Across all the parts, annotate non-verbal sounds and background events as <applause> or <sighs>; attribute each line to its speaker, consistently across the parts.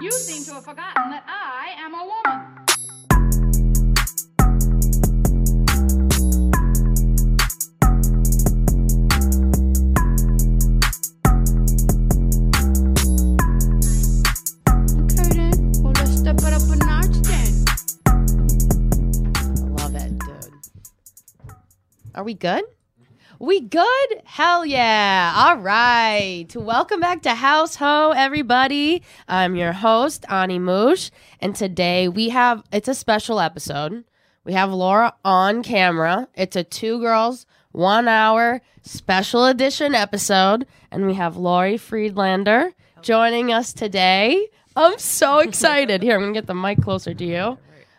Speaker 1: You seem to have forgotten that I am a woman.
Speaker 2: Okay then. Well, let's step it up a notch then.
Speaker 3: I love it, dude. Are we good? We good? Hell yeah. All right. Welcome back to House Ho, everybody. I'm your host, Ani Moosh. And today we have, it's a special episode. We have Laura on camera. It's a two girls, one hour special edition episode. And we have Lori Friedlander joining us today. I'm so excited. Here, I'm going to get the mic closer to you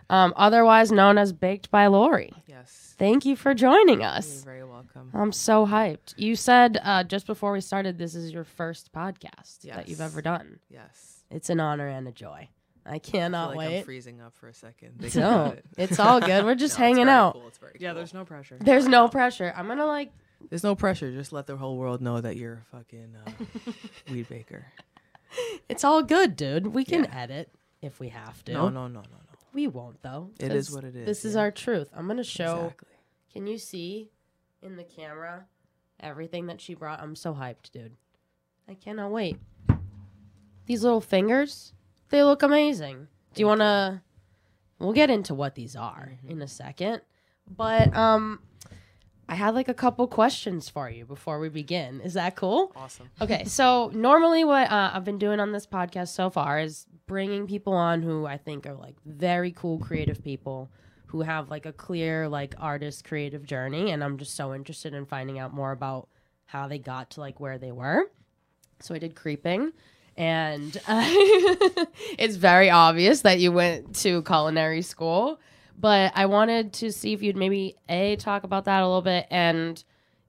Speaker 3: um, otherwise known as Baked by Lori.
Speaker 4: Yes.
Speaker 3: Thank you for joining
Speaker 4: You're
Speaker 3: us.
Speaker 4: very welcome.
Speaker 3: I'm so hyped. You said uh, just before we started, this is your first podcast that you've
Speaker 4: Yes.
Speaker 3: ever done.
Speaker 4: Yes.
Speaker 3: It's an honor and a joy. I
Speaker 4: I
Speaker 3: cannot
Speaker 4: feel like I'm
Speaker 3: wait.
Speaker 4: freezing up for
Speaker 3: <laughs>
Speaker 4: a second. thinking
Speaker 3: No,
Speaker 4: about it.
Speaker 3: it's all good.
Speaker 4: <laughs>
Speaker 3: We're
Speaker 4: No,
Speaker 3: just
Speaker 4: it's
Speaker 3: hanging
Speaker 4: very
Speaker 3: out.
Speaker 4: cool, it's very
Speaker 5: Yeah,
Speaker 4: cool.
Speaker 5: there's no pressure.
Speaker 3: There's no pressure. I'm gonna like.
Speaker 4: there's no pressure. Just let the whole world know that you're a fucking
Speaker 3: <laughs>
Speaker 4: uh, weed baker.
Speaker 3: It's all good, dude. We can edit if we have to.
Speaker 4: No, no, no, no, no.
Speaker 3: We won't though.
Speaker 4: It is
Speaker 3: 'cause
Speaker 4: what it is,
Speaker 3: This is
Speaker 4: yeah.
Speaker 3: our truth. I'm gonna show.
Speaker 4: Exactly.
Speaker 3: Can you see in the camera everything that she brought? I'm so hyped, dude. I cannot wait. These little fingers, they look amazing. Do you want to We'll get into what these are in a second. But um I had like a couple questions for you before we begin. Is that cool?
Speaker 4: Awesome.
Speaker 3: Okay, so normally what uh, I've been doing on this podcast so far is bringing people on who I think are like very cool creative people who have like a clear like artist creative journey and I'm just so interested in finding out more about how they got to like where they were. So I did creeping and <laughs> uh, it's very obvious that you went to culinary school, but I wanted to see if you'd maybe a talk about that a little bit and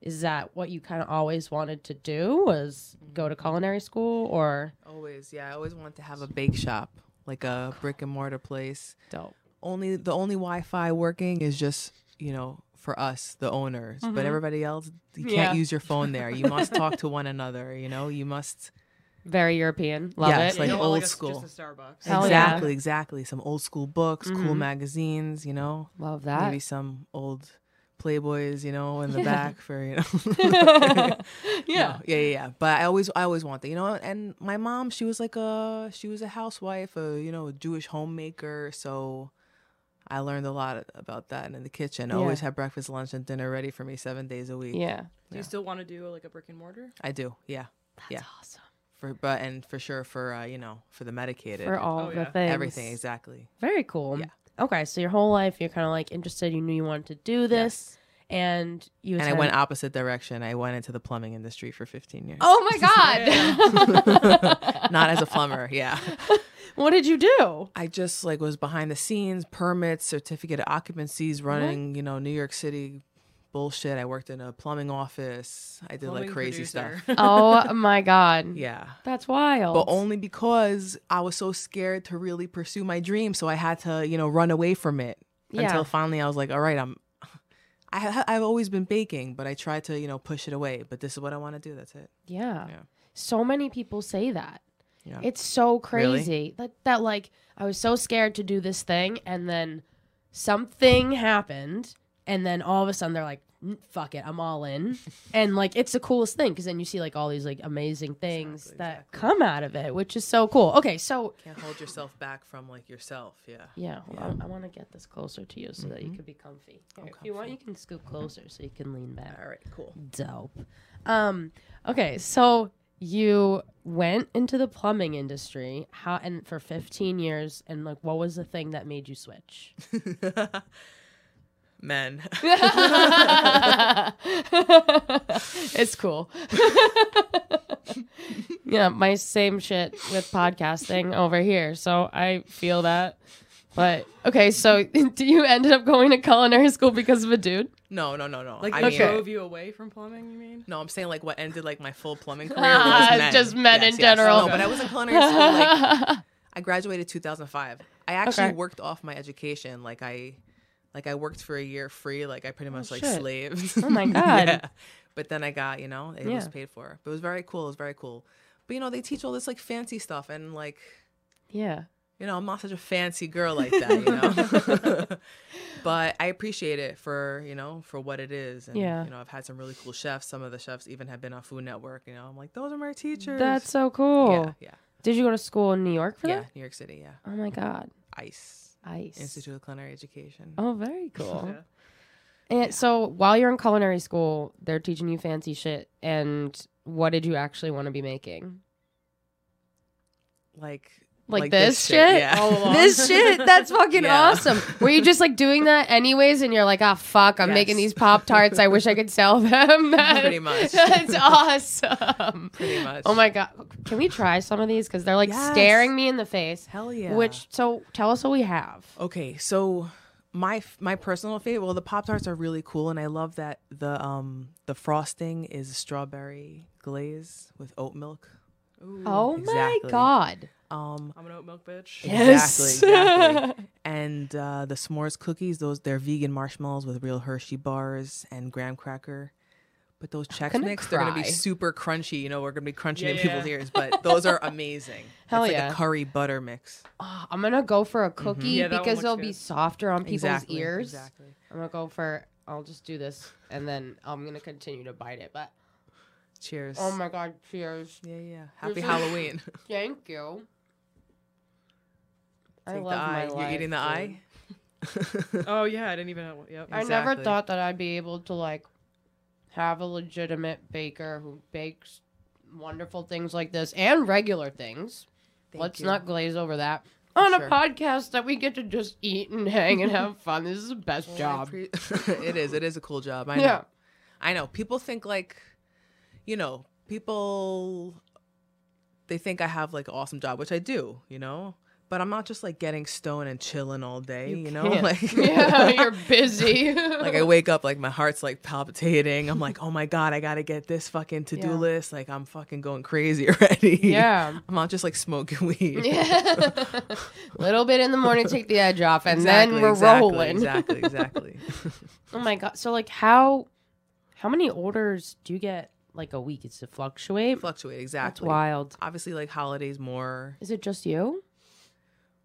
Speaker 3: is that what you kind of always wanted to do was go to culinary school or
Speaker 4: Always, yeah. I always wanted to have a bake shop, like a brick and mortar place.
Speaker 3: dope
Speaker 4: Only the only Wi-Fi working is just you know for us, the owners. But everybody else, you can't
Speaker 3: Mm-hmm. Yeah.
Speaker 4: use your phone there. You must talk
Speaker 3: <laughs>
Speaker 4: to one another. You know, you must.
Speaker 3: very european love
Speaker 4: Yeah,
Speaker 3: it
Speaker 4: it's like
Speaker 5: don't
Speaker 4: old
Speaker 5: want, a-
Speaker 4: school.
Speaker 5: Just a Starbucks.
Speaker 3: Hell yeah.
Speaker 4: exactly, exactly. Some old school books, cool magazines. You know,
Speaker 3: love that <laughs>
Speaker 4: maybe some old playboys you know in the back for
Speaker 3: <laughs>
Speaker 4: you know
Speaker 3: yeah
Speaker 4: <laughs> No, yeah yeah yeah but i always i always want that you know and my mom she was like a she was a housewife a you know a jewish homemaker so i learned a lot about that in the kitchen i always
Speaker 3: Yeah.
Speaker 4: had breakfast lunch and dinner ready for me seven days a week
Speaker 3: yeah
Speaker 5: Do you still want to do like a brick and mortar?
Speaker 4: i do yeah yeah
Speaker 3: awesome
Speaker 4: for but and for sure for uh, you know for the medicated
Speaker 3: for all
Speaker 5: Oh,
Speaker 3: the
Speaker 5: yeah.
Speaker 3: things
Speaker 4: everything exactly
Speaker 3: very cool okay so your whole life you're kind of like interested you knew you wanted to do this and you
Speaker 4: and i
Speaker 3: attended-
Speaker 4: went opposite direction i went into the plumbing industry for 15 years
Speaker 3: oh my god <laughs>
Speaker 4: <laughs> not as a plumber yeah
Speaker 3: what did you do
Speaker 4: I just like was behind the scenes, permits, certificate of occupancies, running, you know, New York City bullshit. I worked in a plumbing office. I did like
Speaker 5: Plumbing
Speaker 4: crazy
Speaker 5: producer. <laughs>
Speaker 4: stuff.
Speaker 3: oh my god
Speaker 4: yeah.
Speaker 3: that's wild
Speaker 4: But only because I was so scared to really pursue my dream, so I had to, you know, run away from it
Speaker 3: Yeah.
Speaker 4: until finally I was like, all right, I'm <sighs> I ha- I've always been baking, but I tried to, you know, push it away, but this is what I want to do. That's it.
Speaker 3: Yeah.
Speaker 4: Yeah.
Speaker 3: So many people say that.
Speaker 4: Yeah.
Speaker 3: It's so
Speaker 4: Really?
Speaker 3: crazy. That that like I was so scared to do this thing and then something happened and then all of a sudden they're like "Mm, fuck it, I'm all in.
Speaker 4: <laughs>
Speaker 3: and like it's the coolest thing cuz then you see like all these like amazing things
Speaker 4: Exactly,
Speaker 3: that
Speaker 4: exactly.
Speaker 3: come out of it, which is so cool. Okay, so
Speaker 4: Can't
Speaker 3: <laughs>
Speaker 4: hold yourself back from like yourself, yeah. Mm-hmm.
Speaker 3: yeah, hold on. I want to get this closer to you so that you could be comfy. Here, if you want, you can scoop closer so you can lean back.
Speaker 5: Oh.
Speaker 4: All right, cool.
Speaker 3: Dope. Um, okay, so you went into the plumbing industry how and for 15 years and like what was the thing that made you
Speaker 4: <laughs>
Speaker 3: switch?
Speaker 4: Men. <laughs>
Speaker 3: it's cool. <laughs> yeah, my same shit with podcasting over here. So I feel that. But okay, so <laughs> do you ended up going to culinary school because of a dude?
Speaker 4: no, no, no, no.
Speaker 5: Like
Speaker 4: I
Speaker 5: they
Speaker 4: mean,
Speaker 5: drove you away from plumbing? You mean?
Speaker 4: No, I'm saying like what ended like my
Speaker 3: <laughs>
Speaker 4: full plumbing career
Speaker 3: Ah,
Speaker 4: was men.
Speaker 3: just men in general.
Speaker 4: No, but I was in culinary
Speaker 3: <laughs>
Speaker 4: school. Like, I graduated 2005. I actually
Speaker 3: Okay.
Speaker 4: worked off my education. Like I, like I worked for a year free. Like I pretty much like
Speaker 3: Oh, shit.
Speaker 4: slaved.
Speaker 3: Oh my
Speaker 4: <laughs>
Speaker 3: God.
Speaker 4: yeah. But then I got you know it was
Speaker 3: Yeah.
Speaker 4: paid for. But it was very cool. It was very cool. But you know they teach all this like fancy stuff and like
Speaker 3: Yeah.
Speaker 4: you know, I'm not such a fancy girl like that,
Speaker 3: <laughs>
Speaker 4: you know. but I appreciate it for, you know, for what it is. And
Speaker 3: Yeah.
Speaker 4: you know, I've had some really cool chefs. Some of the chefs even have been on Food Network, you know. I'm like, those are my teachers.
Speaker 3: That's so cool.
Speaker 4: Yeah, yeah.
Speaker 3: Did you go to school in New York for
Speaker 4: Yeah,
Speaker 3: that?
Speaker 4: New York City, yeah.
Speaker 3: Oh my God.
Speaker 4: ICE.
Speaker 3: Ice.
Speaker 4: Institute of Culinary Education.
Speaker 3: Oh, very cool.
Speaker 4: Yeah.
Speaker 3: And so while you're in culinary school, they're teaching you fancy shit. And what did you actually want to be making?
Speaker 4: Like
Speaker 3: Like, this, shit? Oh,
Speaker 4: Yeah.
Speaker 5: All along.
Speaker 3: This shit? That's fucking
Speaker 4: Yeah.
Speaker 3: awesome. Were you just like doing that anyways? And you're like, ah, fuck, I'm
Speaker 4: Yes.
Speaker 3: making these Pop Tarts. I wish I could sell them.
Speaker 4: <laughs> Pretty
Speaker 3: <laughs>
Speaker 4: much.
Speaker 3: That's awesome.
Speaker 4: <laughs> Pretty much.
Speaker 3: Oh my God. Can we try some of these? Because they're like
Speaker 4: Yes.
Speaker 3: staring me in the face.
Speaker 4: hell yeah.
Speaker 3: Which, so tell us what we have.
Speaker 4: Okay, so my my personal favorite. Well, the pop tarts are really cool, and I love that the um the frosting is strawberry glaze with oat milk.
Speaker 5: Ooh,
Speaker 3: Oh my
Speaker 4: Exactly.
Speaker 3: God.
Speaker 4: Um,
Speaker 5: I'm an oat milk bitch.
Speaker 3: Yes.
Speaker 4: exactly,
Speaker 3: <laughs>
Speaker 4: exactly. and uh, the s'mores cookies. Those they're vegan marshmallows with real Hershey bars and graham cracker. But those Chex
Speaker 3: gonna
Speaker 4: Mix, they're gonna be
Speaker 3: cry.
Speaker 4: super crunchy. You know, we're gonna be crunching in
Speaker 5: Yeah,
Speaker 4: people's
Speaker 5: yeah.
Speaker 3: <laughs>
Speaker 4: ears. But those are amazing.
Speaker 3: Hell
Speaker 4: it's
Speaker 3: yeah.
Speaker 4: like a curry butter mix.
Speaker 3: Oh, I'm gonna go for
Speaker 4: Mm-hmm.
Speaker 3: a cookie
Speaker 5: Yeah, that one
Speaker 3: because
Speaker 5: looks
Speaker 3: they'll be
Speaker 5: good.
Speaker 3: softer on people's
Speaker 4: exactly,
Speaker 3: ears.
Speaker 4: Exactly.
Speaker 3: I'm gonna go for. I'll just do this, and then I'm gonna continue to bite it. But
Speaker 4: Cheers.
Speaker 3: oh my god, cheers!
Speaker 4: Yeah, yeah. Happy
Speaker 3: This is- <laughs>
Speaker 4: Halloween.
Speaker 3: Thank you. I
Speaker 4: Take
Speaker 3: love
Speaker 4: the eye.
Speaker 3: my life.
Speaker 4: You're eating
Speaker 3: dude.
Speaker 4: the eye. <laughs>
Speaker 5: Oh yeah, I didn't even. Know, yep.
Speaker 3: I never
Speaker 4: Exactly.
Speaker 3: thought that I'd be able to like have a legitimate baker who bakes wonderful things like this and regular things.
Speaker 4: Thank
Speaker 3: Let's
Speaker 4: you.
Speaker 3: not glaze over that. On a
Speaker 4: Sure.
Speaker 3: podcast that we get to just eat and hang and
Speaker 4: <laughs>
Speaker 3: have fun. This is the best
Speaker 4: Well, I
Speaker 3: job.
Speaker 4: pre- <laughs>
Speaker 3: <laughs>
Speaker 4: it is. It is a cool job. I know.
Speaker 3: yeah.
Speaker 4: I know. People think like, you know, people. They think I have like an awesome job, which I do. You know. But I'm not just like getting stoned and chilling all day, you, know.
Speaker 3: can't.
Speaker 4: <laughs> Like,
Speaker 3: <laughs> yeah, you're busy.
Speaker 4: <laughs>
Speaker 3: <laughs>
Speaker 4: like I wake up, like my heart's like palpitating. I'm like, oh my god, I gotta get this fucking to do
Speaker 3: Yeah.
Speaker 4: list. Like I'm fucking going crazy <laughs> already. <laughs>
Speaker 3: yeah. <laughs>
Speaker 4: I'm not just like smoking <laughs> weed.
Speaker 3: Little bit in the morning, take the edge off, and then
Speaker 4: Exactly,
Speaker 3: we're
Speaker 4: exactly,
Speaker 3: rolling. <laughs>
Speaker 4: Exactly, exactly. <laughs>
Speaker 3: Oh my god! So like, how how many orders do you get like a week? It's to fluctuate.
Speaker 4: Fluctuate,
Speaker 3: That's
Speaker 4: exactly.
Speaker 3: wild.
Speaker 4: Obviously, like holidays more.
Speaker 3: Is it just you?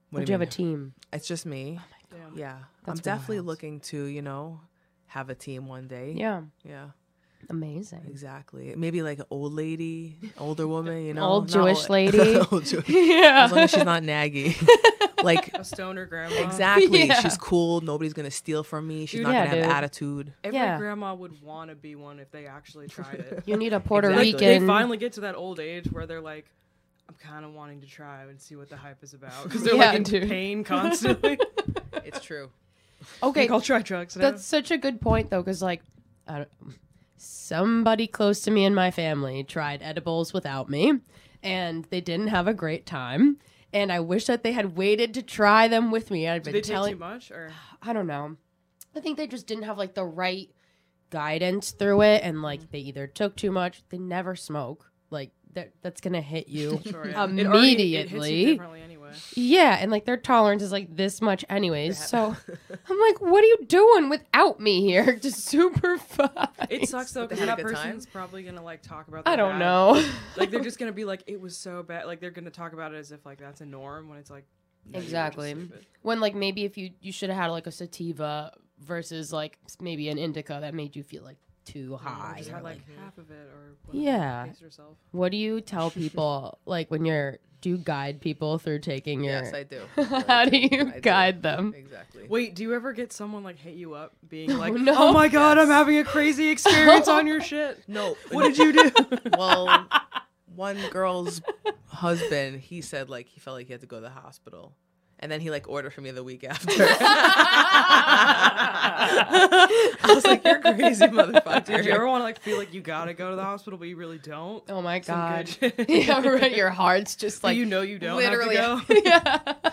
Speaker 4: What
Speaker 3: or do
Speaker 4: do
Speaker 3: you
Speaker 4: you
Speaker 3: have a
Speaker 4: mean?
Speaker 3: team?
Speaker 4: It's just me.
Speaker 5: Damn.
Speaker 4: Yeah.
Speaker 3: That's
Speaker 4: I'm definitely
Speaker 3: wild.
Speaker 4: looking to, you know, have a team one day.
Speaker 3: Yeah,
Speaker 4: Yeah.
Speaker 3: amazing.
Speaker 4: Exactly. Maybe like an old lady, older woman, you know.
Speaker 3: Old
Speaker 4: not
Speaker 3: Jewish lady.
Speaker 4: old <laughs>
Speaker 3: <laughs>
Speaker 4: Jewish.
Speaker 3: Yeah.
Speaker 4: As long as she's
Speaker 3: <laughs>
Speaker 4: not naggy. like
Speaker 5: A stoner grandma.
Speaker 4: exactly.
Speaker 3: Yeah.
Speaker 4: She's cool. Nobody's gonna steal from me. She's
Speaker 5: Dude,
Speaker 4: not
Speaker 3: yeah,
Speaker 4: gonna have
Speaker 3: dude.
Speaker 4: attitude.
Speaker 5: Every
Speaker 3: Yeah.
Speaker 5: grandma would want to be one if they actually tried it.
Speaker 3: you need a Puerto
Speaker 4: Exactly.
Speaker 5: Like, they
Speaker 3: Rican.
Speaker 5: finally get to that old age where they're like, I'm kind of wanting to try and see what the hype is about because they're
Speaker 3: Yeah,
Speaker 5: like in
Speaker 3: dude.
Speaker 5: pain constantly.
Speaker 4: It's true.
Speaker 3: okay,
Speaker 5: like, I'll try drugs. Now.
Speaker 3: that's such a good point though, because like, I don't, somebody close to me in my family tried edibles without me, and they didn't have a great time. And I wish that they had waited to try them with me. I'd
Speaker 5: Did
Speaker 3: been
Speaker 5: they take
Speaker 3: telling
Speaker 5: too much or
Speaker 3: I don't know. I think they just didn't have like the right guidance through it, and
Speaker 5: Mm.
Speaker 3: like they either took too much. They never smoke. Like that, that's gonna hit
Speaker 5: <laughs>
Speaker 3: you.
Speaker 5: Sure, yeah. It already- it hits you
Speaker 3: Immediately.
Speaker 5: differently anyway.
Speaker 3: yeah, and like their tolerance is like this much, anyways. So I'm like, what are you doing without me here? <laughs> Just super fun.
Speaker 5: It sucks though
Speaker 4: They
Speaker 5: because
Speaker 4: had a
Speaker 5: that
Speaker 4: good time?
Speaker 5: person's probably gonna like talk about.
Speaker 3: I
Speaker 5: their
Speaker 3: don't
Speaker 5: bad-
Speaker 3: know. <laughs>
Speaker 5: Like they're just gonna be like, it was so bad. Like they're gonna talk about it as if like that's a norm when it's like no, you were just
Speaker 3: Exactly.
Speaker 5: stupid.
Speaker 3: when like maybe if you you should have had like a sativa versus like s- maybe an indica that made you feel like too
Speaker 5: You know,
Speaker 3: high.
Speaker 5: just
Speaker 3: or,
Speaker 5: had
Speaker 3: like,
Speaker 5: like half of it or whatever,
Speaker 3: Yeah.
Speaker 5: pace yourself.
Speaker 3: What do you
Speaker 5: <laughs>
Speaker 3: tell people like when you're do you guide people through taking your <laughs>
Speaker 4: <laughs> Yes, I do.
Speaker 3: How do you
Speaker 4: I do.
Speaker 3: guide them?
Speaker 4: Exactly.
Speaker 5: Wait, do you ever get someone like hit you up
Speaker 3: <laughs>
Speaker 5: being like,
Speaker 3: no.
Speaker 5: "Oh my god, I'm having a crazy experience on
Speaker 3: <laughs>
Speaker 5: your shit."
Speaker 4: No.
Speaker 5: What did <laughs> you do?
Speaker 4: well, one girl's husband, he said like he felt like he had to go to the hospital, and then he like ordered for me the
Speaker 3: <laughs>
Speaker 4: week after. I was like, "You're crazy,
Speaker 5: Did you ever <laughs>
Speaker 4: motherfucker."
Speaker 5: want to like feel like you gotta go to the hospital but you really don't?
Speaker 3: Oh my
Speaker 5: Some
Speaker 3: god.
Speaker 5: good <laughs>
Speaker 3: <laughs>
Speaker 5: shit.
Speaker 3: yeah, right. Your heart's just
Speaker 5: But
Speaker 3: like
Speaker 5: <laughs> you know you don't
Speaker 4: literally-
Speaker 5: have
Speaker 3: <laughs>
Speaker 5: to go.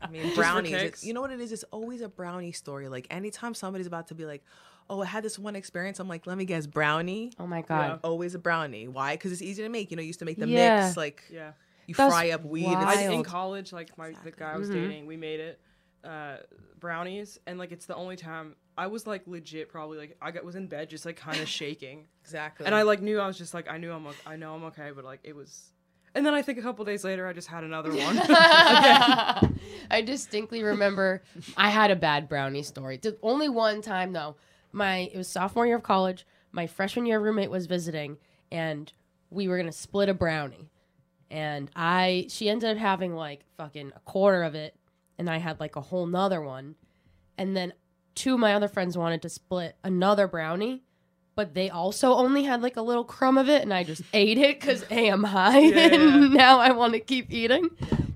Speaker 4: I mean, brownies.
Speaker 5: kicks.
Speaker 4: it's- you know what it is? It's always a brownie story. Like anytime somebody's about to be like, "Oh, I had this one experience," I'm like, "Let me guess, brownie."
Speaker 3: Oh my god.
Speaker 4: Always a brownie. Why? Because it's easy to make. You know, you used to make the
Speaker 3: Yeah.
Speaker 4: mix. Like
Speaker 5: yeah.
Speaker 4: you
Speaker 3: That's
Speaker 4: fry up weed.
Speaker 3: wild.
Speaker 5: I,
Speaker 4: It's,
Speaker 5: in
Speaker 3: Wild.
Speaker 5: college, like my the guy I was dating, we made it uh, brownies, and like it's the only time I was like legit probably like I got was in bed
Speaker 3: <laughs>
Speaker 5: just like kind of shaking,
Speaker 4: exactly.
Speaker 5: and I like knew I was just like I knew I'm o- I know I'm okay, but like it was And then I think a couple days later, I just had
Speaker 3: <laughs>
Speaker 5: another <laughs> one.
Speaker 3: I distinctly remember I had a bad brownie story. The only one time though, my it was sophomore year of college. My freshman year roommate was visiting, and we were gonna split a brownie. And I she ended up having like fucking a quarter of it, and I had like a whole nother one. And then two of my other friends wanted to split another brownie. But they also only had like a little crumb of it, and I just <laughs> ate it because hey, I'm high,
Speaker 5: Yeah, yeah, yeah.
Speaker 3: and <laughs> now I want to keep eating.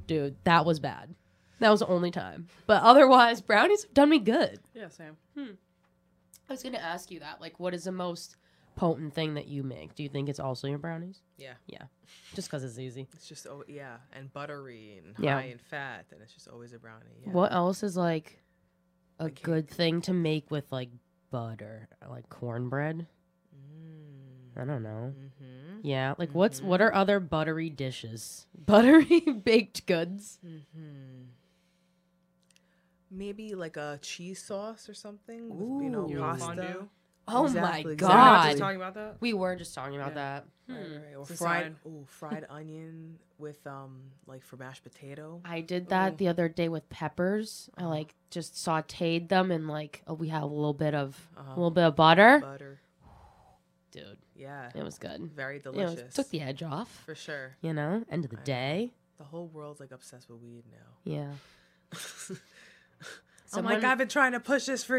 Speaker 3: Dude, that was bad. That was the only time. But otherwise, brownies have done me good.
Speaker 5: yeah, Sam.
Speaker 3: I was going to ask you that. Like, what is the most potent thing that you make? Do you think it's also your brownies?
Speaker 4: Yeah.
Speaker 3: Yeah. Just because it's easy.
Speaker 4: It's just oh yeah, and buttery and
Speaker 3: Yeah.
Speaker 4: high in fat, and it's just always a brownie. Yeah.
Speaker 3: What else is like a good thing to make with like butter, like cornbread?
Speaker 4: Mm.
Speaker 3: I don't know.
Speaker 4: Mm-hmm.
Speaker 3: Yeah, like what's what are other buttery dishes? Buttery baked goods.
Speaker 4: Mm-hmm. Maybe like a cheese sauce or something. With, you know,
Speaker 3: Ooh.
Speaker 5: You know,
Speaker 4: pasta.
Speaker 5: fondue.
Speaker 3: Oh my
Speaker 4: Exactly, exactly.
Speaker 5: Is that not
Speaker 3: god.
Speaker 5: just talking about that?
Speaker 3: we were just talking about that.
Speaker 4: Right, right,
Speaker 3: Hmm.
Speaker 4: right. Or
Speaker 5: It's a
Speaker 4: fried,
Speaker 5: sign.
Speaker 4: ooh, fried <laughs> onion with um, like for mashed potato.
Speaker 3: I did that the other day with peppers. I like just sauteed them and like oh, we had a little bit of a
Speaker 4: Uh-huh.
Speaker 3: little bit of butter.
Speaker 4: butter.
Speaker 3: Dude,
Speaker 4: Yeah,
Speaker 3: it was good.
Speaker 4: very
Speaker 3: You know,
Speaker 4: delicious.
Speaker 3: it took the edge off.
Speaker 4: for sure.
Speaker 3: You know, end of the day.
Speaker 4: The whole world's like obsessed with weed now.
Speaker 3: Yeah.
Speaker 4: I'm
Speaker 3: Someone-
Speaker 4: like, I've been trying to push this for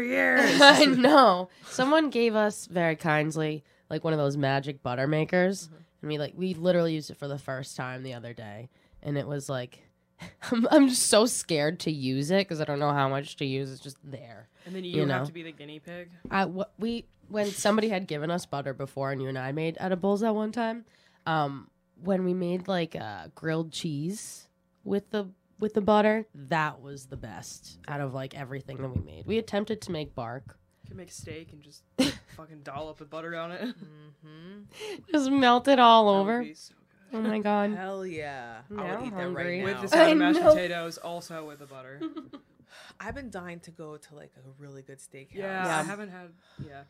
Speaker 3: <laughs>
Speaker 4: years.
Speaker 3: I know. Someone gave us very kindly like one of those magic butter makers, and we like we literally used it for the first time the other day, and it was like. <laughs> I'm, I'm just so scared to use it because I don't know how much to use. It's just there.
Speaker 5: And then you,
Speaker 3: You know.
Speaker 5: have to be the guinea pig.
Speaker 3: I wh- we when somebody had given us butter before, and you and I made edibles that one time. Um, when we made like uh, grilled cheese with the with the butter, that was the best out of like everything that we made. We attempted to make bark,
Speaker 5: You can make steak
Speaker 3: <laughs>
Speaker 5: and just fucking dollop the butter on it.
Speaker 4: Mm-hmm.
Speaker 3: just melt it all
Speaker 5: That would
Speaker 3: over.
Speaker 5: be so good.
Speaker 3: Oh my god!
Speaker 5: <laughs>
Speaker 4: Hell yeah. I
Speaker 3: Now
Speaker 4: would eat
Speaker 3: hungry.
Speaker 4: that right
Speaker 5: With
Speaker 4: now.
Speaker 3: I
Speaker 5: the side of mashed
Speaker 3: know.
Speaker 5: potatoes, also with the butter.
Speaker 4: I've been dying to go to like a really good steakhouse.
Speaker 5: Yeah, I haven't had. Yeah,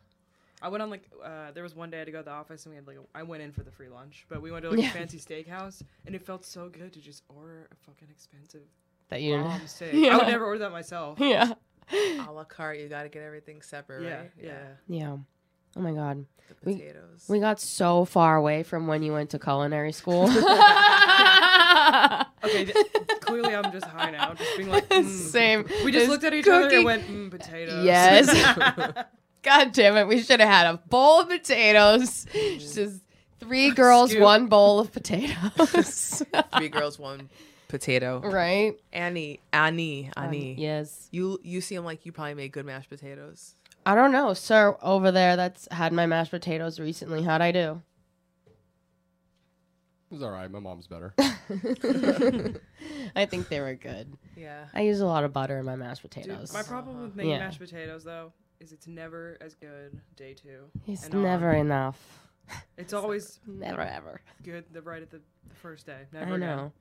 Speaker 5: I went on like uh, there was one day I had to go to the office and we had like a, I went in for the free lunch, but we went to like
Speaker 3: Yeah.
Speaker 5: a fancy steakhouse and it felt so good to just order a fucking expensive
Speaker 3: That you didn't.
Speaker 5: bomb steak. I
Speaker 3: <laughs> Yeah.
Speaker 5: would never order
Speaker 3: <laughs>
Speaker 5: that myself.
Speaker 3: Yeah.
Speaker 4: A la carte, you gotta get everything separate,
Speaker 5: Yeah,
Speaker 4: right?
Speaker 5: yeah.
Speaker 3: Yeah. Oh my god.
Speaker 4: The
Speaker 3: We-
Speaker 4: potatoes.
Speaker 3: <laughs> We got so far away from when you went to culinary
Speaker 5: <laughs>
Speaker 3: school. <laughs>
Speaker 5: Okay, th- clearly I'm just high now, just being
Speaker 3: <laughs>
Speaker 5: like. Mm.
Speaker 3: Same.
Speaker 5: We just
Speaker 3: There's
Speaker 5: looked at each other
Speaker 3: cooking-
Speaker 5: and went mm, potatoes.
Speaker 3: Yes. God damn it. We should have had a bowl of potatoes. Just three girls,
Speaker 5: Scoop.
Speaker 3: one bowl of <laughs> potatoes.
Speaker 4: <laughs> Three girls, one potato.
Speaker 3: right?
Speaker 4: Annie, Annie, Annie.
Speaker 3: Um, Yes.
Speaker 4: You you seem like you probably made good mashed potatoes.
Speaker 3: I don't know, sir over there that's had my mashed potatoes recently. How'd I do?
Speaker 6: It was all right. My mom's better.
Speaker 3: I think they were good.
Speaker 4: Yeah.
Speaker 3: I use a lot of butter in my mashed <laughs>
Speaker 5: <laughs> Dude,
Speaker 3: potatoes.
Speaker 5: my problem with making
Speaker 3: Yeah.
Speaker 5: mashed potatoes though is it's never as good day two.
Speaker 3: it's
Speaker 5: and on.
Speaker 3: never enough.
Speaker 5: It's always
Speaker 3: Never ever.
Speaker 5: good the right at the, the first day.
Speaker 3: I
Speaker 5: Never
Speaker 3: know.
Speaker 5: again.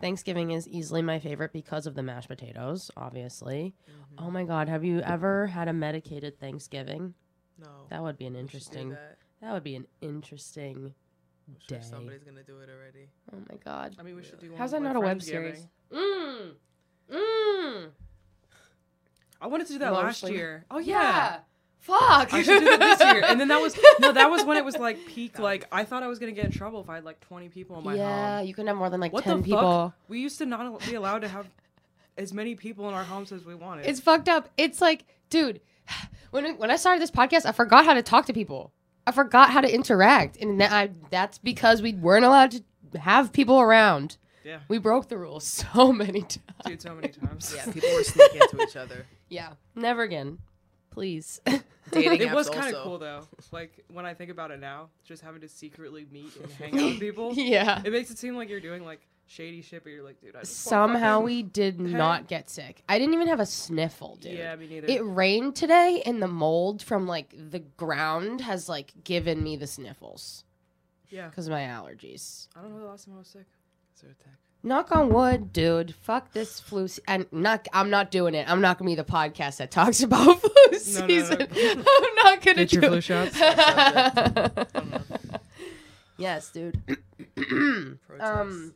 Speaker 3: Thanksgiving is easily my favorite because of the mashed potatoes, obviously. Oh my god, have you ever had a medicated Thanksgiving?
Speaker 4: No.
Speaker 3: That would be an
Speaker 4: we should do
Speaker 3: interesting.
Speaker 4: that.
Speaker 3: That would be an interesting.
Speaker 4: I'm sure
Speaker 3: day.
Speaker 4: somebody's gonna do it already.
Speaker 3: Oh my god.
Speaker 5: I mean, we should do one.
Speaker 3: How's that
Speaker 5: with,
Speaker 3: not
Speaker 5: like,
Speaker 3: a web
Speaker 5: Friendsgiving.
Speaker 3: series? Mmm. Mmm.
Speaker 5: I wanted to do that last
Speaker 3: Mostly.
Speaker 5: year. Oh yeah.
Speaker 3: Yeah. Fuck.
Speaker 5: I should do that this year. And
Speaker 3: <laughs>
Speaker 5: then that was no, that was when it was like peak. Like I thought I was gonna get in trouble if I had like 20 people in Oh my
Speaker 3: yeah,
Speaker 5: home.
Speaker 3: you can have more than like
Speaker 5: What the
Speaker 3: ten
Speaker 5: fuck?
Speaker 3: people.
Speaker 5: We used to not al- be allowed to have as many people in our homes as we wanted.
Speaker 3: It's fucked up. It's like, dude, <sighs> when when I started this podcast, I forgot how to talk to people. I forgot how to interact, and that I, that's because we weren't allowed to have people around.
Speaker 5: yeah,
Speaker 3: We broke the rules <laughs> so many times.
Speaker 5: dude, so many times.
Speaker 3: <laughs>
Speaker 4: Yeah, people were sneaking into each other.
Speaker 3: Yeah, never again, please. <laughs>
Speaker 4: Dating
Speaker 5: <laughs> It
Speaker 4: apps
Speaker 5: was kind of
Speaker 4: also.
Speaker 5: cool though. Like when I think about it now, just having to secretly meet
Speaker 3: <laughs>
Speaker 5: and hang out with people,
Speaker 3: yeah.
Speaker 5: it makes it seem like you're doing like shady shit, but you're like, dude, I just wanna
Speaker 3: Somehow
Speaker 5: fucking-
Speaker 3: we did not get sick. I didn't even have a sniffle, dude.
Speaker 5: Yeah, me neither.
Speaker 3: It rained today, and the mold from like the ground has like given me the sniffles
Speaker 5: yeah,
Speaker 3: because of my allergies.
Speaker 5: I don't know the last time I was sick.
Speaker 4: Zyrtec.
Speaker 3: Knock on wood, dude. Fuck this flu. Se- and not, I'm not doing it. I'm not gonna be the podcast that talks <laughs> about flu
Speaker 5: No, no, no.
Speaker 3: season.
Speaker 5: <laughs>
Speaker 3: I'm <laughs> not gonna do it.
Speaker 5: shots.
Speaker 3: <laughs> yes, dude. um,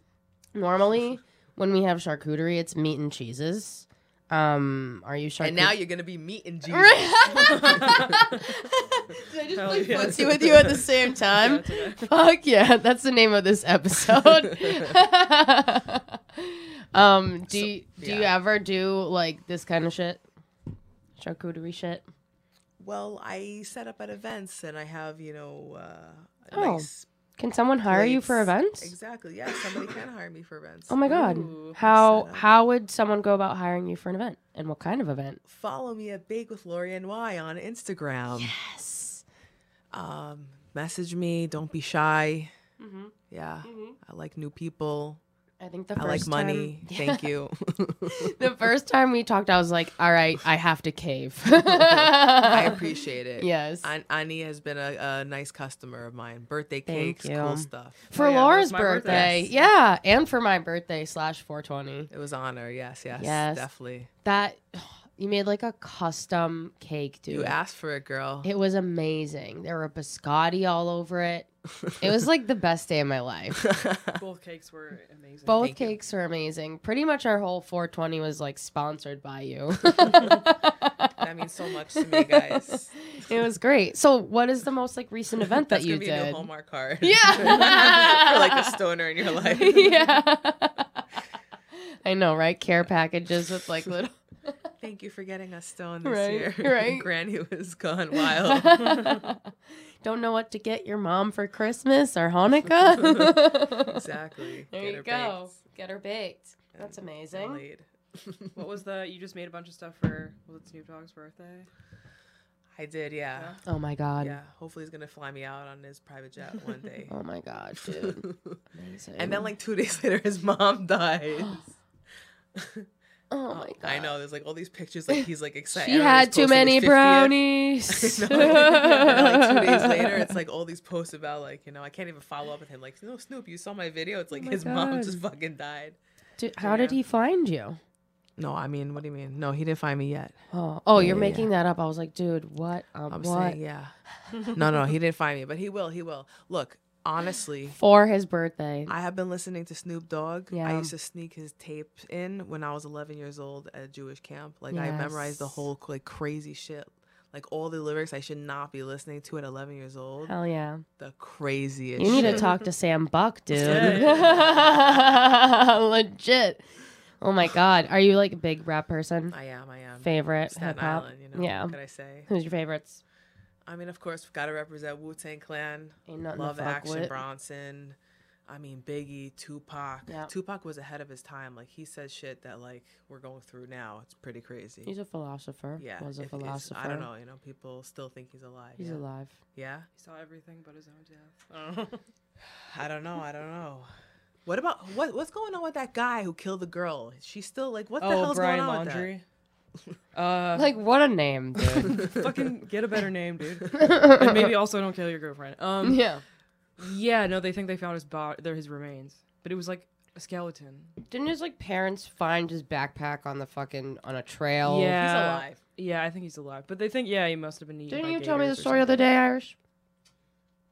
Speaker 3: normally when we have charcuterie, it's meat and cheeses. Um, are you charcuterie?
Speaker 4: and now you're gonna be meeting Jesus.
Speaker 5: Hell yeah.
Speaker 3: footsie with you at the
Speaker 4: <laughs>
Speaker 3: same time. Fuck yeah, that's the name of this
Speaker 4: <laughs>
Speaker 3: episode. um, do you, do you
Speaker 4: yeah.
Speaker 3: ever do like this kind of shit? Charcuterie shit.
Speaker 4: Well, I set up at events, and I have you know, uh, a
Speaker 3: Oh,
Speaker 4: nice
Speaker 3: Can someone hire you for
Speaker 4: plates.
Speaker 3: events?
Speaker 4: Exactly. Yeah, somebody can hire me for events.
Speaker 3: Oh my god.
Speaker 5: Ooh,
Speaker 3: how
Speaker 4: setup.
Speaker 3: how would someone go about hiring you for an event? And what kind of event?
Speaker 4: Follow me at Bake with Lori and Y on Instagram.
Speaker 3: Yes.
Speaker 4: Um, message me. Don't be shy. Yeah, I like new people.
Speaker 3: I think the
Speaker 4: I
Speaker 3: first
Speaker 4: like
Speaker 3: <laughs>
Speaker 4: money.
Speaker 3: time-
Speaker 4: Thank you.
Speaker 3: the first time we talked, I was like, "All right, I have to cave."
Speaker 4: <laughs>
Speaker 3: I
Speaker 4: I appreciate it.
Speaker 3: Yes.
Speaker 4: An- Annie has been a, a nice customer of mine. Birthday
Speaker 3: Thank
Speaker 4: cakes, cool
Speaker 3: you.
Speaker 4: stuff.
Speaker 3: for
Speaker 5: Oh, yeah, that
Speaker 3: Laura's
Speaker 5: was my birthday.
Speaker 3: birthday. Yeah, and for my birthday slash 420.
Speaker 4: It was honor. Yes, yes,
Speaker 3: Yes.
Speaker 4: definitely.
Speaker 3: That <sighs> you made like a custom cake, dude.
Speaker 4: You asked for it, girl.
Speaker 3: It was amazing. There were biscotti all over
Speaker 4: <laughs>
Speaker 3: it. It was like the best day of my life.
Speaker 5: Both cakes were
Speaker 3: <laughs>
Speaker 5: amazing.
Speaker 3: Both
Speaker 4: Thank you.
Speaker 3: cakes were amazing. Pretty much our whole 420 was like sponsored by you.
Speaker 4: <laughs> <laughs> that means so much to me, guys.
Speaker 3: <laughs> it was great. So, what is the most like recent event that
Speaker 4: That's
Speaker 3: you
Speaker 4: gonna be a new
Speaker 3: did?
Speaker 4: Hallmark card.
Speaker 3: Yeah.
Speaker 4: <laughs> for like a stoner in
Speaker 3: <laughs>
Speaker 4: your life.
Speaker 3: yeah. <laughs> I know, right? Care packages with
Speaker 4: <laughs>
Speaker 3: like little.
Speaker 4: Thank you for getting us stoned this
Speaker 3: Right,
Speaker 4: year. <laughs>
Speaker 3: right.
Speaker 4: Granny
Speaker 3: <laughs>
Speaker 4: was gone wild.
Speaker 3: Don't know what to get your mom for Christmas or Hanukkah.
Speaker 4: <laughs> exactly.
Speaker 3: <laughs> There
Speaker 4: Get
Speaker 3: you
Speaker 4: her
Speaker 3: go.
Speaker 4: baked.
Speaker 3: Get her baked. That's amazing.
Speaker 4: <laughs> Laid.
Speaker 5: What was the? You just made a bunch of stuff for was it Snoop Dogg's birthday?
Speaker 4: I did, yeah.
Speaker 3: Oh my god.
Speaker 4: Yeah. Hopefully he's gonna fly me out on his private jet
Speaker 3: <laughs>
Speaker 4: one day. <laughs>
Speaker 3: Oh my god, dude. <laughs> Amazing.
Speaker 4: and then like two days <laughs> later his mom dies.
Speaker 3: oh my god.
Speaker 4: I know, there's like all these pictures like he's like excited.
Speaker 3: She had too many
Speaker 4: <laughs>
Speaker 3: brownies.
Speaker 4: No. like two
Speaker 3: <laughs>
Speaker 4: days later, it's like all these posts about like you know I can't even follow up with him. Like no, Snoop, you saw my video. It's like
Speaker 3: Oh my
Speaker 4: his mom
Speaker 3: God.
Speaker 4: just fucking died.
Speaker 3: Dude, how did he find you?
Speaker 4: No, I mean, what do you mean? No, he didn't find me yet.
Speaker 3: Oh, oh, you're making that up. I was like, dude, what? Um,
Speaker 4: I'm
Speaker 3: what? <laughs>
Speaker 4: saying yeah. No, no, he didn't find me, but he will. He will. Look, honestly.
Speaker 3: For his birthday.
Speaker 4: I have been listening to Snoop Dogg. I
Speaker 3: Yeah.
Speaker 4: used to sneak his tapes in when I was 11 years old at a Jewish camp. Like I memorized the
Speaker 3: Yes.
Speaker 4: whole like crazy shit, like all the lyrics I should not be listening to at 11 years old.
Speaker 3: Hell yeah.
Speaker 4: The craziest.
Speaker 3: You need
Speaker 4: shit.
Speaker 3: to talk to Sam Buck, dude. <laughs> Legit. Oh my god. Are you like a big rap person?
Speaker 4: I am. I am.
Speaker 3: Favorite hip
Speaker 4: Staten
Speaker 3: hop?
Speaker 4: Island. You know.
Speaker 3: Yeah.
Speaker 4: What could I say?
Speaker 3: Who's your favorites?
Speaker 4: I mean, of course, gotta represent Wu Tang Clan.
Speaker 3: Ain't nothing to
Speaker 4: Love
Speaker 3: fuck
Speaker 4: Action
Speaker 3: with.
Speaker 4: Bronson. I mean, Biggie, Tupac.
Speaker 3: Yeah.
Speaker 4: Tupac was ahead of his time. Like he said shit that like we're going through now. It's pretty crazy.
Speaker 3: He's a philosopher.
Speaker 4: yeah,
Speaker 3: Was a
Speaker 4: if- it's-
Speaker 3: philosopher.
Speaker 4: I don't know. You know, people still think he's alive.
Speaker 3: He's
Speaker 4: yeah.
Speaker 3: alive.
Speaker 4: Yeah,
Speaker 5: He saw everything but his own
Speaker 3: <laughs> Oh.
Speaker 5: death. I don't know.
Speaker 4: I don't know. I don't know. What about what? What's going on with that guy who killed the girl? She's still like, what the
Speaker 3: Oh,
Speaker 4: hell's going on with
Speaker 5: <laughs> Uh,
Speaker 3: <laughs> Like what a name, dude.
Speaker 4: <laughs>
Speaker 5: fucking get a better name, dude. and
Speaker 3: <laughs>
Speaker 5: maybe also don't kill your girlfriend. Um,
Speaker 3: yeah.
Speaker 5: yeah, no, they think they found his body. They're his remains, but it was like a skeleton.
Speaker 3: Didn't his like parents find his backpack on the fucking on a trail?
Speaker 4: that?
Speaker 5: Yeah.
Speaker 4: He's alive.
Speaker 5: Yeah, I think he's alive, but they think yeah, he must have been eaten.
Speaker 3: Didn't
Speaker 5: by
Speaker 3: you tell me the
Speaker 5: gators or
Speaker 3: story the other
Speaker 5: something.
Speaker 3: day, Irish?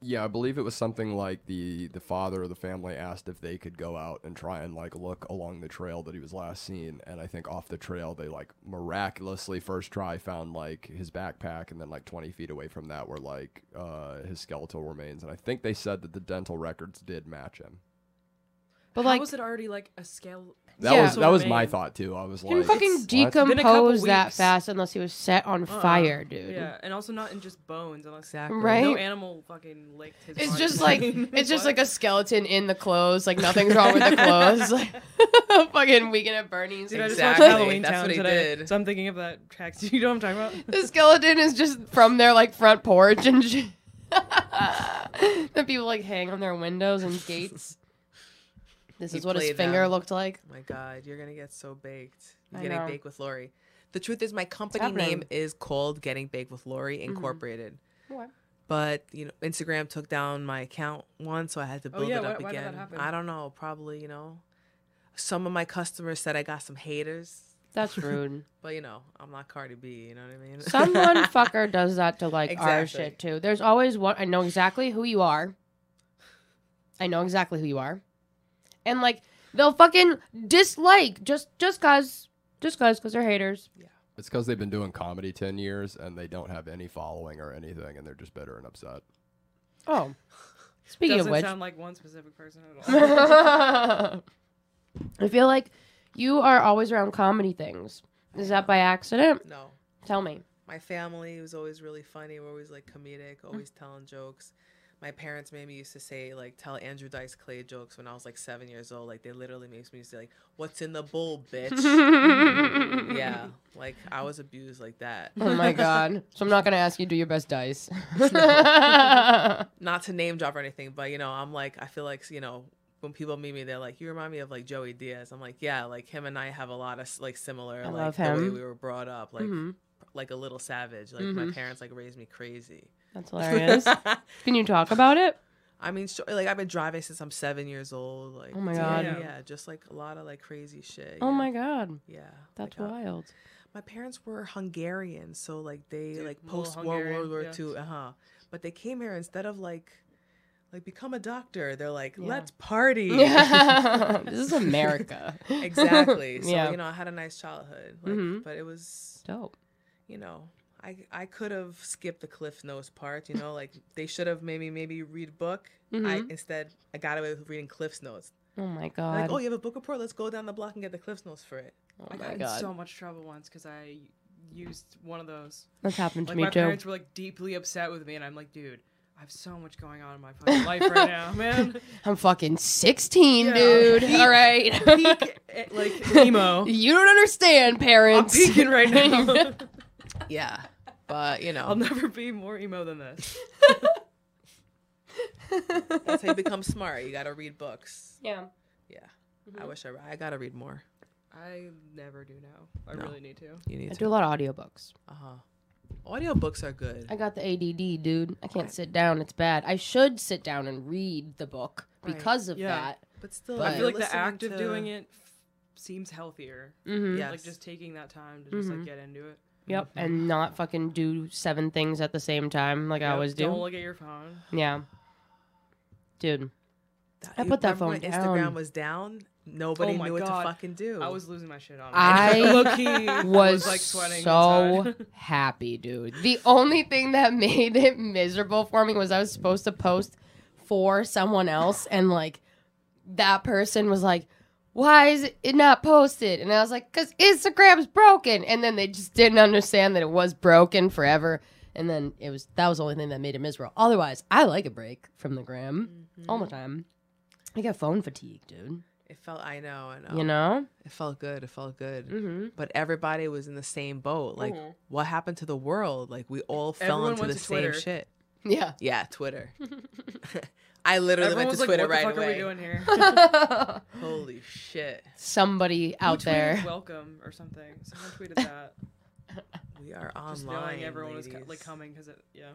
Speaker 6: Yeah, I believe it was something like the the father of the family asked if they could go out and try and like look along the trail that he was last seen, and I think off the trail they like miraculously first try found like his backpack, and then like twenty feet away from that were like uh, his skeletal remains, and I think they said that the dental records did match him.
Speaker 3: But
Speaker 5: How
Speaker 3: like
Speaker 5: was it already like a skeleton?
Speaker 6: That
Speaker 3: Yeah.
Speaker 6: was that was my
Speaker 5: Remain.
Speaker 6: thought too. I was
Speaker 3: he didn't
Speaker 6: like,
Speaker 3: fucking
Speaker 6: "What?"
Speaker 3: decompose that
Speaker 5: weeks.
Speaker 3: fast unless he was set on
Speaker 4: Uh-uh.
Speaker 3: fire, dude.
Speaker 5: Yeah, and also not in just bones, unless
Speaker 4: Exactly.
Speaker 3: Right?
Speaker 5: no animal fucking licked his.
Speaker 3: It's
Speaker 5: body. <laughs>
Speaker 3: just like it's just like a skeleton in the clothes. Like nothing's wrong with the clothes. Like <laughs> fucking weekend at Bernie's.
Speaker 5: Dude, I just
Speaker 4: Exactly,
Speaker 5: watched Halloween
Speaker 4: that's
Speaker 5: Town
Speaker 4: what he
Speaker 5: today,
Speaker 4: did.
Speaker 5: so I'm thinking of that <laughs> tracks. You know what I'm talking about?
Speaker 3: the skeleton is just from their like front porch and sh- <laughs> the people like hang on their windows and gates. This
Speaker 4: He
Speaker 3: is what his
Speaker 4: played
Speaker 3: finger
Speaker 4: them.
Speaker 3: looked like.
Speaker 4: My God, you're gonna get so baked. You're
Speaker 3: I
Speaker 4: getting
Speaker 3: know.
Speaker 4: baked with Lori. The truth is, my company name
Speaker 3: happening.
Speaker 4: is called Getting Baked with
Speaker 5: Mm-hmm.
Speaker 4: Lori Incorporated.
Speaker 3: Okay.
Speaker 4: But you know, Instagram took down my account once, so I had to
Speaker 5: Oh,
Speaker 4: build
Speaker 5: yeah,
Speaker 4: it
Speaker 5: why-
Speaker 4: up
Speaker 5: why did that
Speaker 4: again.
Speaker 5: happen?
Speaker 4: I don't know. Probably, you know, some of my customers said I got some haters,
Speaker 3: That's rude.
Speaker 4: but you know, I'm not Cardi B. You know what I mean? <laughs>
Speaker 3: Someone fucker does that to like our
Speaker 4: Exactly.
Speaker 3: shit too. There's always one. I know exactly who you are. I know exactly who you are. And like they'll fucking dislike just just cause just cause cause they're haters.
Speaker 6: It's because they've been doing comedy 10 years and they don't have any following or anything and they're just bitter and upset.
Speaker 3: Oh. Speaking
Speaker 5: Doesn't
Speaker 3: of which
Speaker 5: sound <laughs> like one specific person at all.
Speaker 3: <laughs> I feel like you are always around comedy things. Is that by accident?
Speaker 4: No.
Speaker 3: Tell me.
Speaker 4: My family was always really funny. We're always like comedic,
Speaker 3: Mm.
Speaker 4: always telling jokes. My parents made me used to say like tell Andrew Dice Clay jokes when I was like seven years old. Like they literally made me say like, "What's in the bowl,
Speaker 3: <laughs>
Speaker 4: bitch?"
Speaker 3: oh
Speaker 4: Mm, yeah, like I was abused like that. <laughs>
Speaker 3: my god. So I'm not gonna ask you to do your best dice. <laughs>
Speaker 4: Not to name drop or anything, but you know, I'm like I feel like you know when people meet me, they're like, "You remind me of like Joey Diaz." I'm like, "Yeah, like him and I have a lot of s- like similar
Speaker 3: I
Speaker 4: like
Speaker 3: love
Speaker 4: the way
Speaker 3: him.
Speaker 4: we were brought up, like
Speaker 3: Mhm.
Speaker 4: like a little savage. Like my parents like raised me crazy."
Speaker 3: That's
Speaker 4: <laughs>
Speaker 3: hilarious. Can you talk about it?
Speaker 4: I mean, sure, like I've been driving since I'm seven years old. Like,
Speaker 3: Oh my
Speaker 4: yeah,
Speaker 5: God.
Speaker 4: yeah, just like a lot of like crazy shit.
Speaker 3: Oh
Speaker 4: yeah.
Speaker 3: my god.
Speaker 4: yeah.
Speaker 3: That's
Speaker 4: like, uh,
Speaker 3: wild.
Speaker 4: my parents were Hungarian, so like they
Speaker 5: Dude,
Speaker 4: like
Speaker 5: little
Speaker 4: post war World
Speaker 5: Hungarian,
Speaker 4: War
Speaker 5: yeah.
Speaker 4: Two, uh huh. But they came here instead of like, like become a doctor. They're like,
Speaker 3: Yeah. <laughs>
Speaker 4: let's party.
Speaker 3: this is America. <laughs>
Speaker 4: exactly. So
Speaker 3: Yeah.
Speaker 4: you know, I had a nice childhood, like,
Speaker 3: Mhm.
Speaker 4: but it was
Speaker 3: Dope.
Speaker 4: you know. I, I could have skipped the cliff notes part, you know, like they should have maybe maybe read a book. I
Speaker 3: Mhm.
Speaker 4: instead I got away with reading Cliff's notes.
Speaker 3: Oh my
Speaker 4: Like,
Speaker 3: god.
Speaker 4: oh, you have a book report? Let's go down the block and get the Cliffs Notes for it.
Speaker 3: <laughs>
Speaker 4: <laughs>
Speaker 3: Oh
Speaker 5: I
Speaker 3: my
Speaker 5: got in
Speaker 3: god.
Speaker 5: so much trouble once because I used one of those.
Speaker 3: That's happened to
Speaker 5: Like my
Speaker 3: me too.
Speaker 5: parents were like deeply upset with me, and I'm like, dude, I have so much going on in my fucking life right
Speaker 3: <laughs>
Speaker 5: now, man.
Speaker 3: I'm fucking 16,
Speaker 5: Yeah.
Speaker 3: dude. All right.
Speaker 5: Peak, eh, like emo.
Speaker 3: <laughs> you don't understand,
Speaker 5: I'm
Speaker 3: parents.
Speaker 5: peaking right now.
Speaker 4: Yeah, but you
Speaker 5: <laughs> I'll
Speaker 4: know,
Speaker 5: never be more emo than this.
Speaker 4: that's how you become smart. You gotta read books.
Speaker 3: yeah.
Speaker 4: Yeah,
Speaker 5: Mm-hmm.
Speaker 4: I wish I, I gotta read more.
Speaker 5: I never do now. I really need to.
Speaker 4: You need
Speaker 3: <laughs> I
Speaker 4: to.
Speaker 3: do a lot of audiobooks.
Speaker 4: Uh huh. Audiobooks are good.
Speaker 3: I got the ADD, dude. I can't sit down. It's bad. I should sit down and read the book
Speaker 4: Right.
Speaker 3: because of
Speaker 5: Yeah.
Speaker 3: that.
Speaker 4: But still,
Speaker 5: I
Speaker 3: But-
Speaker 5: feel like the act of doing it f- seems healthier.
Speaker 3: Mm-hmm.
Speaker 4: Yes.
Speaker 5: Like just taking that time to just like get into it.
Speaker 3: Yep. And not fucking do seven things at the same time like I
Speaker 5: Yep,
Speaker 3: always do.
Speaker 5: Don't look at your phone.
Speaker 3: Yeah. Dude.
Speaker 5: <laughs>
Speaker 4: That-
Speaker 3: I
Speaker 4: you
Speaker 3: put that
Speaker 4: remember when
Speaker 3: phone
Speaker 4: Instagram
Speaker 3: down.
Speaker 4: was down. Nobody
Speaker 5: Oh my
Speaker 4: knew what
Speaker 5: God.
Speaker 4: to fucking do.
Speaker 5: I was losing my shit on.
Speaker 3: I
Speaker 4: <laughs>
Speaker 5: Low-key was,
Speaker 3: was
Speaker 5: like sweating. <laughs>
Speaker 3: so
Speaker 5: inside.
Speaker 3: happy, dude. The only thing that <laughs> made it miserable for me was I was supposed to post for someone else, and like that person was like, "Why is it not posted?" And I was like, "Cause Instagram's broken." And then they just didn't understand that it was broken forever. And then it was that was the only thing that made it miserable. Otherwise, I like a break from the gram all
Speaker 5: Mm-hmm.
Speaker 3: the time. I get phone fatigue, dude.
Speaker 4: It felt. I know. I
Speaker 5: Oh.
Speaker 4: know.
Speaker 3: You know?
Speaker 4: It felt good. It felt good.
Speaker 3: Mm-hmm.
Speaker 4: But everybody was in the same boat. Like, what happened to the world? Like, we all fell
Speaker 5: Mm-hmm. Everyone
Speaker 4: into
Speaker 5: went
Speaker 4: the
Speaker 5: to
Speaker 4: same
Speaker 5: Twitter.
Speaker 4: shit.
Speaker 3: Yeah.
Speaker 4: Yeah, <laughs> Twitter. I literally
Speaker 5: Everyone
Speaker 4: went
Speaker 5: was
Speaker 4: to
Speaker 5: like,
Speaker 4: Twitter
Speaker 5: what the
Speaker 4: right
Speaker 5: fuck
Speaker 4: away.
Speaker 5: are we
Speaker 3: <laughs>
Speaker 5: doing here?
Speaker 4: Holy shit.
Speaker 3: Somebody out
Speaker 5: Who tweeted
Speaker 3: there.
Speaker 5: welcome or something. Someone tweeted that.
Speaker 4: We are <laughs> online.
Speaker 5: Just knowing everyone was co-
Speaker 4: ladies.
Speaker 5: like coming because it, yeah.
Speaker 3: <laughs>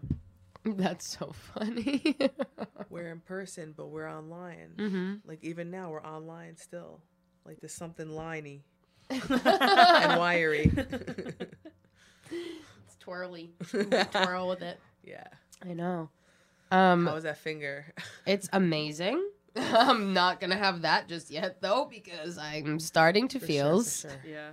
Speaker 3: That's so funny.
Speaker 4: We're in person, but we're online.
Speaker 3: Mm-hmm.
Speaker 4: Like even now, we're online still. Like there's something <laughs> liney <laughs> and <laughs> wiry.
Speaker 3: It's twirly. <laughs> Twirl with it.
Speaker 4: yeah.
Speaker 3: I know. Um,
Speaker 4: How was that finger?
Speaker 3: it's amazing. <laughs> I'm not gonna have that just yet though because I'm starting to
Speaker 4: For sure, for
Speaker 3: feels.
Speaker 4: sure. Oh
Speaker 5: Yeah.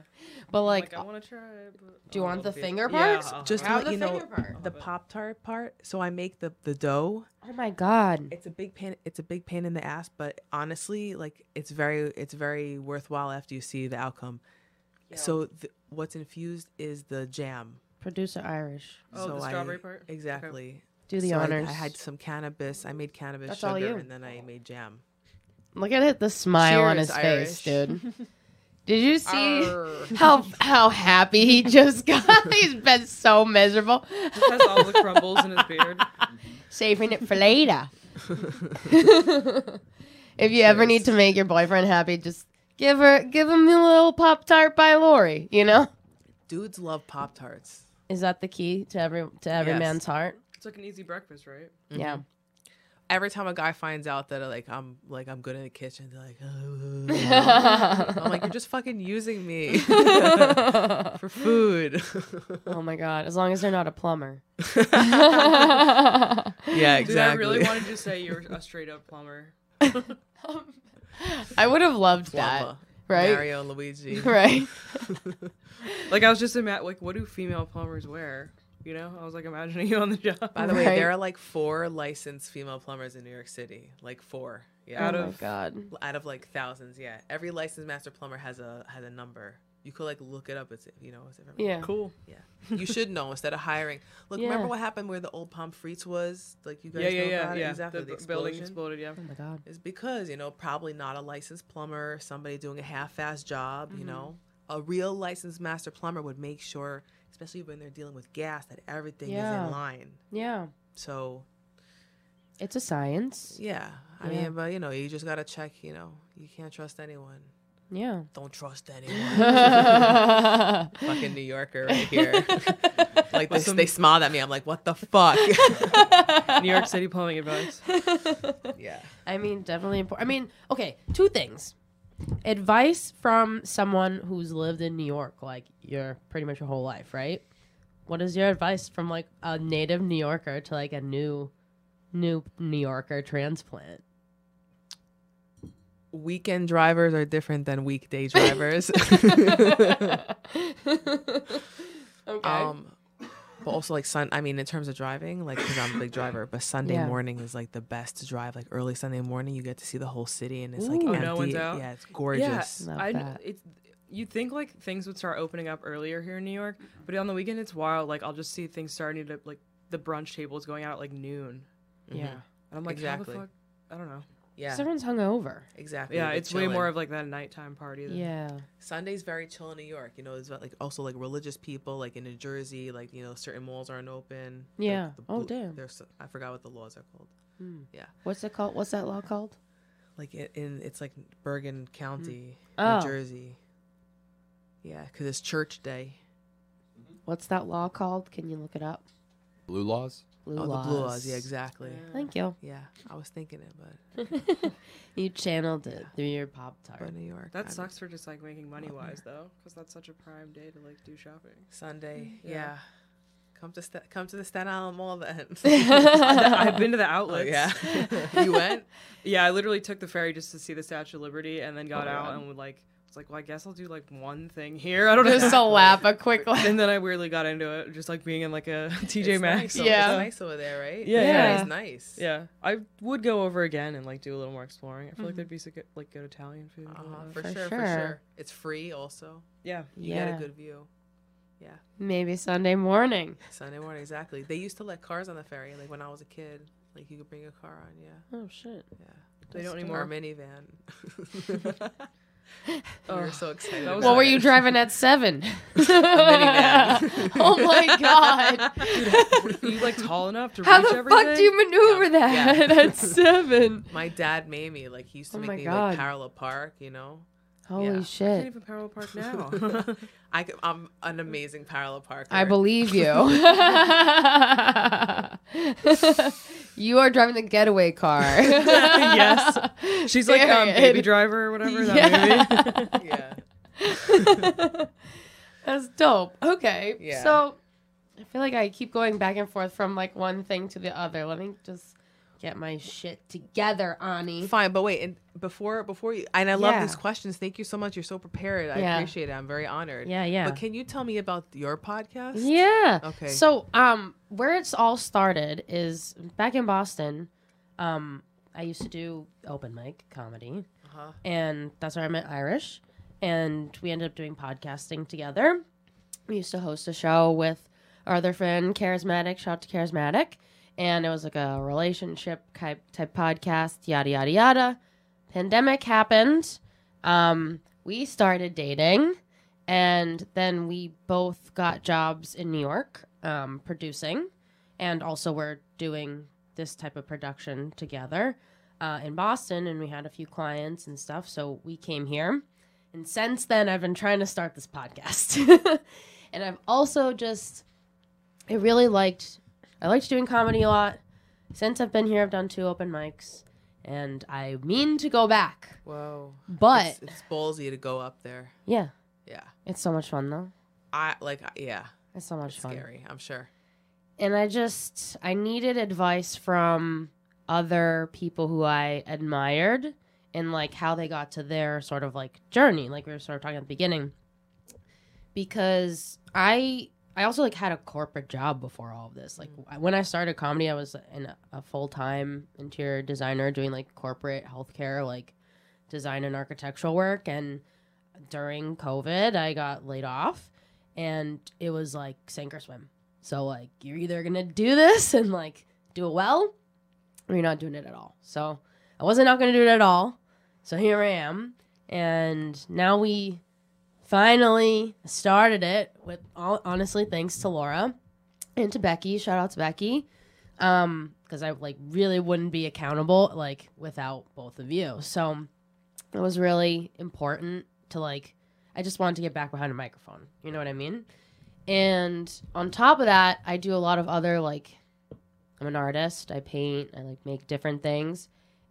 Speaker 3: But
Speaker 5: I'm
Speaker 3: like,
Speaker 5: I want to try it. But
Speaker 3: do you
Speaker 5: I'll
Speaker 3: want the
Speaker 5: be-
Speaker 3: finger
Speaker 5: Yeah,
Speaker 3: part?
Speaker 5: I'll have
Speaker 4: Just
Speaker 5: it.
Speaker 4: to
Speaker 3: How
Speaker 4: let
Speaker 3: the
Speaker 4: you know,
Speaker 3: finger part?
Speaker 4: uh-huh. the
Speaker 5: Love it.
Speaker 4: Pop Tart part. So I make the the dough.
Speaker 3: Oh my god.
Speaker 4: It's a big pain. It's a big pain in the ass, but honestly, like it's very it's very worthwhile after you see the outcome. So th- what's infused is the jam.
Speaker 3: Producer Irish,
Speaker 5: Oh, the
Speaker 4: So I-
Speaker 5: strawberry part? Okay.
Speaker 4: Exactly.
Speaker 3: do the
Speaker 4: So I-
Speaker 3: honors.
Speaker 4: I, had some cannabis. I made cannabis
Speaker 3: That's all
Speaker 4: sugar,
Speaker 3: you.
Speaker 4: and then I made jam.
Speaker 3: Look at it, the smile on
Speaker 4: Cheers,
Speaker 3: his face,
Speaker 4: Irish.
Speaker 3: dude.
Speaker 4: <laughs>
Speaker 3: Did you see <laughs> how how happy he just <laughs> got? He's been so miserable,
Speaker 5: Just has all the crumbles in his beard.
Speaker 3: saving it for later. <laughs> If you ever need to make your boyfriend happy, just give her give him a little pop tart by Lori. You know,
Speaker 4: Dudes love Pop Tarts.
Speaker 3: is that the key to every to every
Speaker 4: Yes.
Speaker 3: man's heart?
Speaker 5: It's like an easy breakfast, right?
Speaker 3: <laughs> Yeah,
Speaker 4: Every time a guy finds out that uh, like I'm like I'm good in the kitchen, they're
Speaker 3: <laughs>
Speaker 4: like, I'm like you're just fucking using me <laughs> for food. <laughs>
Speaker 3: oh my god! As long as they're not a <laughs> plumber.
Speaker 4: yeah, exactly. <laughs>
Speaker 5: Dude, I really wanted to say you're a straight up plumber.
Speaker 3: I would have loved <laughs> that.
Speaker 4: Floppa.
Speaker 3: Right?
Speaker 4: Mario and Luigi.
Speaker 3: <laughs> Right.
Speaker 5: Like I was just imagine like what do female plumbers wear? You know, I was like imagining <laughs> you on the job.
Speaker 4: By the way,
Speaker 3: Right.
Speaker 4: there are like four licensed female plumbers in New York City. Like four. Yeah.
Speaker 3: Oh
Speaker 5: Out
Speaker 3: my
Speaker 5: of-
Speaker 3: god.
Speaker 4: out of like thousands, yeah. Every licensed master plumber has a has a number. You could like look it up. It's you know
Speaker 3: <laughs>
Speaker 4: it's information.
Speaker 3: Yeah.
Speaker 5: Cool.
Speaker 4: You should know instead of hiring. Look, remember
Speaker 3: Yeah.
Speaker 4: what happened where the old Pomfrites was? Like you guys
Speaker 5: <laughs> Yeah, yeah,
Speaker 4: know
Speaker 5: yeah,
Speaker 4: about
Speaker 5: yeah.
Speaker 4: it exactly.
Speaker 5: the
Speaker 4: The,
Speaker 5: bu- building
Speaker 4: explosion.
Speaker 5: exploded. Yeah.
Speaker 3: Oh my god.
Speaker 4: It's because, you know, probably not a licensed plumber, somebody doing a half assed job,
Speaker 3: Mm-hmm.
Speaker 4: you know. A real licensed master plumber would make sure, especially when they're dealing with gas, that everything
Speaker 3: Yeah.
Speaker 4: is in line.
Speaker 3: Yeah.
Speaker 4: So,
Speaker 3: It's a science.
Speaker 4: yeah. I
Speaker 3: Yeah.
Speaker 4: mean, but, you know, you just got to check, you know, you can't trust anyone.
Speaker 3: Yeah.
Speaker 4: Don't
Speaker 3: <laughs>
Speaker 4: trust anyone. Fucking New Yorker <laughs> right here. like, this, they smiled at me. I'm like, what the <laughs> fuck?
Speaker 5: New York City plumbing
Speaker 3: <laughs>
Speaker 5: advice.
Speaker 4: yeah.
Speaker 3: I mean, definitely important. I mean, okay, two things. Advice from someone who's lived in New York, like your pretty much your whole life, right? What is your advice from like a native New Yorker to like a new, new New Yorker transplant?
Speaker 4: <laughs>
Speaker 3: <laughs>
Speaker 4: Weekend drivers are different than weekday
Speaker 5: <laughs>
Speaker 4: drivers.
Speaker 3: Okay.
Speaker 4: Um, but also like sun. I mean, in terms of driving, like because I'm a big driver, but Sunday
Speaker 3: Yeah.
Speaker 4: morning is like the best to drive. Like early Sunday morning, you get to see the whole city, and it's like
Speaker 3: Ooh. Oh,
Speaker 4: empty.
Speaker 5: no one's out?
Speaker 4: Yeah, it's gorgeous.
Speaker 3: Love
Speaker 5: I kn-
Speaker 3: that.
Speaker 5: it's you think like things would start opening up earlier here in New York, but on the weekend it's wild. Like I'll just see things starting to like the brunch tables going out at like noon.
Speaker 4: Mm-hmm.
Speaker 3: yeah.
Speaker 5: And I'm like,
Speaker 4: Exactly.
Speaker 5: exactly. fuck? I don't know.
Speaker 4: Yeah,
Speaker 3: Everyone's hungover.
Speaker 4: exactly.
Speaker 5: Yeah,
Speaker 4: They're
Speaker 5: it's way more
Speaker 4: chilling.
Speaker 5: of like that nighttime party. Than,
Speaker 3: Yeah.
Speaker 4: Sunday's very chill in New York. You know, there's like also like religious people, like in New Jersey, like you know, certain malls aren't open. Like,
Speaker 3: Yeah.
Speaker 4: the
Speaker 3: Oh,
Speaker 4: blue-
Speaker 3: damn.
Speaker 4: There's I forgot what the laws are called.
Speaker 3: What's it called? What's that law called?
Speaker 4: Like it, in it's like Bergen County,
Speaker 3: Oh.
Speaker 4: New Jersey. Yeah, because it's church day.
Speaker 3: What's that law called? Can you look it up?
Speaker 6: Blue laws?
Speaker 3: Blue
Speaker 4: Oh, the blue laws. Yeah, exactly.
Speaker 3: Thank you.
Speaker 4: Yeah, I was thinking it, but
Speaker 3: <laughs> You channeled it through your pop
Speaker 4: but
Speaker 3: tart.
Speaker 4: New York. I
Speaker 5: That
Speaker 4: mean,
Speaker 5: sucks for just like making money wise though, because that's such a prime day to like do shopping. <laughs>
Speaker 4: Sunday.
Speaker 5: Yeah.
Speaker 4: Yeah. Come to Sta come to the Staten Island
Speaker 3: <laughs>
Speaker 4: Mall then. <laughs>
Speaker 5: I've been to the
Speaker 4: oh
Speaker 5: outlets. <laughs>
Speaker 4: yeah. <laughs> you went?
Speaker 5: Yeah, I literally took the ferry just to see the Statue of Liberty and then got out and would like was like, well, I guess I'll do like one thing here. <laughs> I don't know.
Speaker 3: Just a lap, a
Speaker 4: <laughs>
Speaker 3: quick lap.
Speaker 5: And then I weirdly got into it, just like being in like a <laughs> TJ
Speaker 4: It's
Speaker 5: Maxx.
Speaker 4: Nice.
Speaker 5: all
Speaker 4: o-
Speaker 5: the
Speaker 3: Yeah.
Speaker 5: time.
Speaker 4: It's nice over there, right?
Speaker 5: Yeah,
Speaker 3: yeah.
Speaker 4: It's nice.
Speaker 5: Yeah, I would go over again and like do a little more exploring. I feel like there'd be so good, like good Italian food. and all
Speaker 4: Uh-huh,
Speaker 5: that.
Speaker 4: for,
Speaker 3: Mm-hmm. For
Speaker 4: sure,
Speaker 3: sure.
Speaker 4: for sure. It's free also.
Speaker 5: Yeah,
Speaker 4: You
Speaker 3: yeah.
Speaker 4: get a good view.
Speaker 3: Maybe Sunday morning.
Speaker 4: Sunday morning, exactly. They used to let cars on the ferry, like when I was a kid. Like you could bring a car on, yeah.
Speaker 3: Oh shit.
Speaker 4: Yeah.
Speaker 5: they don't
Speaker 4: Or
Speaker 5: anymore.
Speaker 3: <laughs>
Speaker 4: minivan. we
Speaker 5: Oh,
Speaker 4: were so excited.
Speaker 5: that was-
Speaker 4: about
Speaker 3: What were
Speaker 4: it. <laughs>
Speaker 3: you driving at seven?
Speaker 4: minivan.
Speaker 3: <laughs> oh
Speaker 4: <laughs>
Speaker 3: my god.
Speaker 5: Are you like tall enough
Speaker 3: <laughs>
Speaker 5: to
Speaker 3: How
Speaker 5: reach
Speaker 3: the
Speaker 5: everything?
Speaker 3: fuck do you maneuver that
Speaker 4: Yeah.
Speaker 3: <laughs> at seven?
Speaker 4: My dad made me like he used to
Speaker 3: Oh
Speaker 4: make
Speaker 3: my
Speaker 4: me
Speaker 3: God.
Speaker 4: like parallel park, you know.
Speaker 3: Holy
Speaker 4: Yeah.
Speaker 5: I can't
Speaker 3: shit.
Speaker 5: even parallel <laughs> park now.
Speaker 4: I could, I'm an amazing parallel parker.
Speaker 3: I believe you.
Speaker 5: <laughs>
Speaker 3: you are driving the getaway car.
Speaker 5: yes, she's like um, baby
Speaker 3: Period.
Speaker 5: driver or whatever.
Speaker 3: <laughs>
Speaker 5: That movie.
Speaker 3: Yeah.
Speaker 4: <laughs> Yeah.
Speaker 3: <laughs> That's dope. Okay.
Speaker 4: Yeah.
Speaker 3: So I feel like I keep going back and forth from like one thing to the other. Let me just get my shit together, Ani.
Speaker 4: Fine, but wait, and before before you and I love
Speaker 3: Yeah.
Speaker 4: these questions. Thank you so much. You're so prepared. I
Speaker 3: Yeah.
Speaker 4: appreciate it. I'm very honored.
Speaker 3: Yeah, yeah.
Speaker 4: But can you tell me about your podcast?
Speaker 3: Yeah.
Speaker 4: Okay.
Speaker 3: So, um, where it's all started is back in Boston. Um, I used to do open mic comedy,
Speaker 4: Uh-huh.
Speaker 3: and that's where I met Irish, and we ended up doing podcasting together. We used to host a show with our other friend, Charismatic. Shout out to Charismatic, and it was like a relationship type type podcast. Yada yada yada. Pandemic happened. Um, we started dating and then we both got jobs in New York um, producing, and also we're doing this type of production together uh, in Boston, and we had a few clients and stuff, so we came here. And since then, I've been trying to start this podcast, <laughs> and I've also just I really liked I liked doing comedy a lot. Since I've been here, I've done two open mics, and I mean to go back,
Speaker 4: Whoa.
Speaker 3: but
Speaker 4: it's, it's ballsy to go up there.
Speaker 3: yeah,
Speaker 4: Yeah.
Speaker 3: it's so much fun though.
Speaker 4: I like I- yeah.
Speaker 3: It's so much fun.
Speaker 4: Scary. I'm sure.
Speaker 3: and I just I needed advice from other people who I admired and like how they got to their sort of like journey, like we were sort of talking at the beginning. Because I I also like had a corporate job before all of this. Like w- when I started comedy, I was in a, a full time interior designer doing like corporate healthcare, like design and architectural work. And during COVID, I got laid off, and it was like sink or swim. So like you're either gonna do this and like do it well, or you're not doing it at all. So I wasn't not gonna do it at all. So here I am, and now we finally started it with all, honestly thanks to Laura and to Becky. Shout out to Becky. Um, because I like really wouldn't be accountable like without both of you. So it was really important to like I just wanted to get back behind a microphone. You know what I mean? And on top of that, I do a lot of other like I'm an artist. I paint, I like make different things.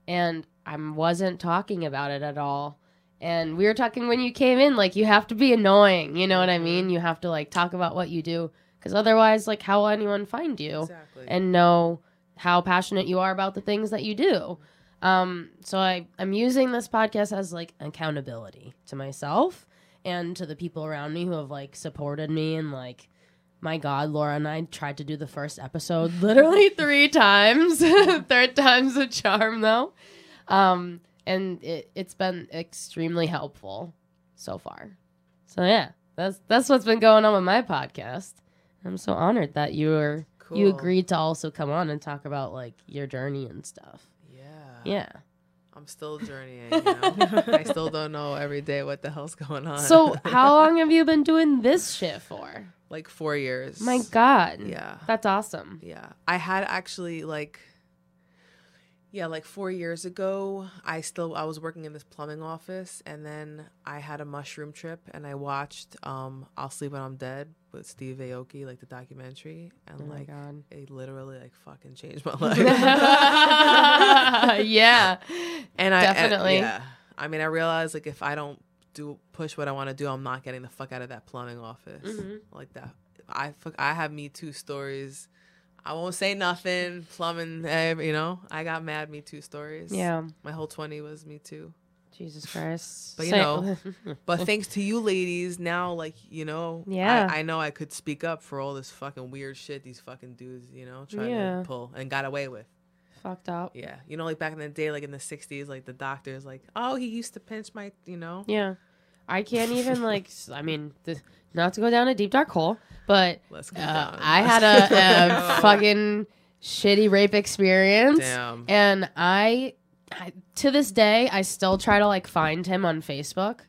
Speaker 3: And I wasn't talking about it at all and we were talking when you came in like you have to be annoying you know what i mean you have to like talk about what you do because otherwise like how will anyone find you
Speaker 4: Exactly.
Speaker 3: and know how passionate you are about the things that you do um, so I, i'm using this podcast as like accountability to myself and to the people around me who have like supported me and like my god laura and i tried to do the first episode <laughs> literally three times <laughs> third time's a charm though um, and it, it's been extremely helpful so far. So yeah, that's that's what's been going on with my podcast. I'm so honored that you were you
Speaker 4: Cool.
Speaker 3: agreed to also come on and talk about like your journey and stuff.
Speaker 4: Yeah.
Speaker 3: Yeah. <laughs>
Speaker 4: I'm still journeying. You know? I still don't know every day what the hell's going on.
Speaker 3: So how long have you been doing this shit for?
Speaker 4: <laughs> like four years.
Speaker 3: My God.
Speaker 4: Yeah.
Speaker 3: That's awesome.
Speaker 4: Yeah. I had actually like yeah, like 4 years ago, I still I was working in this plumbing office and then I had a mushroom trip and I watched um I'll Sleep When I'm Dead with Steve Aoki like the documentary and
Speaker 3: Oh my
Speaker 4: like
Speaker 3: God.
Speaker 4: it literally like fucking changed my
Speaker 3: <laughs> <laughs>
Speaker 4: life.
Speaker 3: yeah.
Speaker 4: and I and-
Speaker 3: Definitely.
Speaker 4: yeah. I mean, I realized like if I don't do push what I want to do, I'm not getting the fuck out of that plumbing office
Speaker 3: Mhm.
Speaker 4: like that. I fuck, I have me too stories. I won't say nothing. Plumbing, eh, you know. I got mad me too stories.
Speaker 3: Yeah.
Speaker 4: my whole twenty was me too.
Speaker 3: Jesus Christ.
Speaker 4: But, you
Speaker 3: Say-
Speaker 4: know, But thanks to you ladies, now like you know,
Speaker 3: Yeah.
Speaker 4: I, I know I could speak up for all this fucking weird shit these fucking dudes, you know, trying
Speaker 3: Yeah.
Speaker 4: to pull and got away with.
Speaker 3: <laughs> fucked up.
Speaker 4: Yeah, you know, like back in the day, like in the '60s, like the doctors, like, oh, he used to pinch my, you know,
Speaker 3: Yeah. I can't <laughs> even like s- I mean, th- not to go down a deep dark hole, but
Speaker 4: Let's go.
Speaker 3: uh, I had
Speaker 4: <laughs>
Speaker 3: <laughs> a, um, a fucking shitty rape experience
Speaker 4: damn.
Speaker 3: and I, I to this day I still try to like find him on Facebook.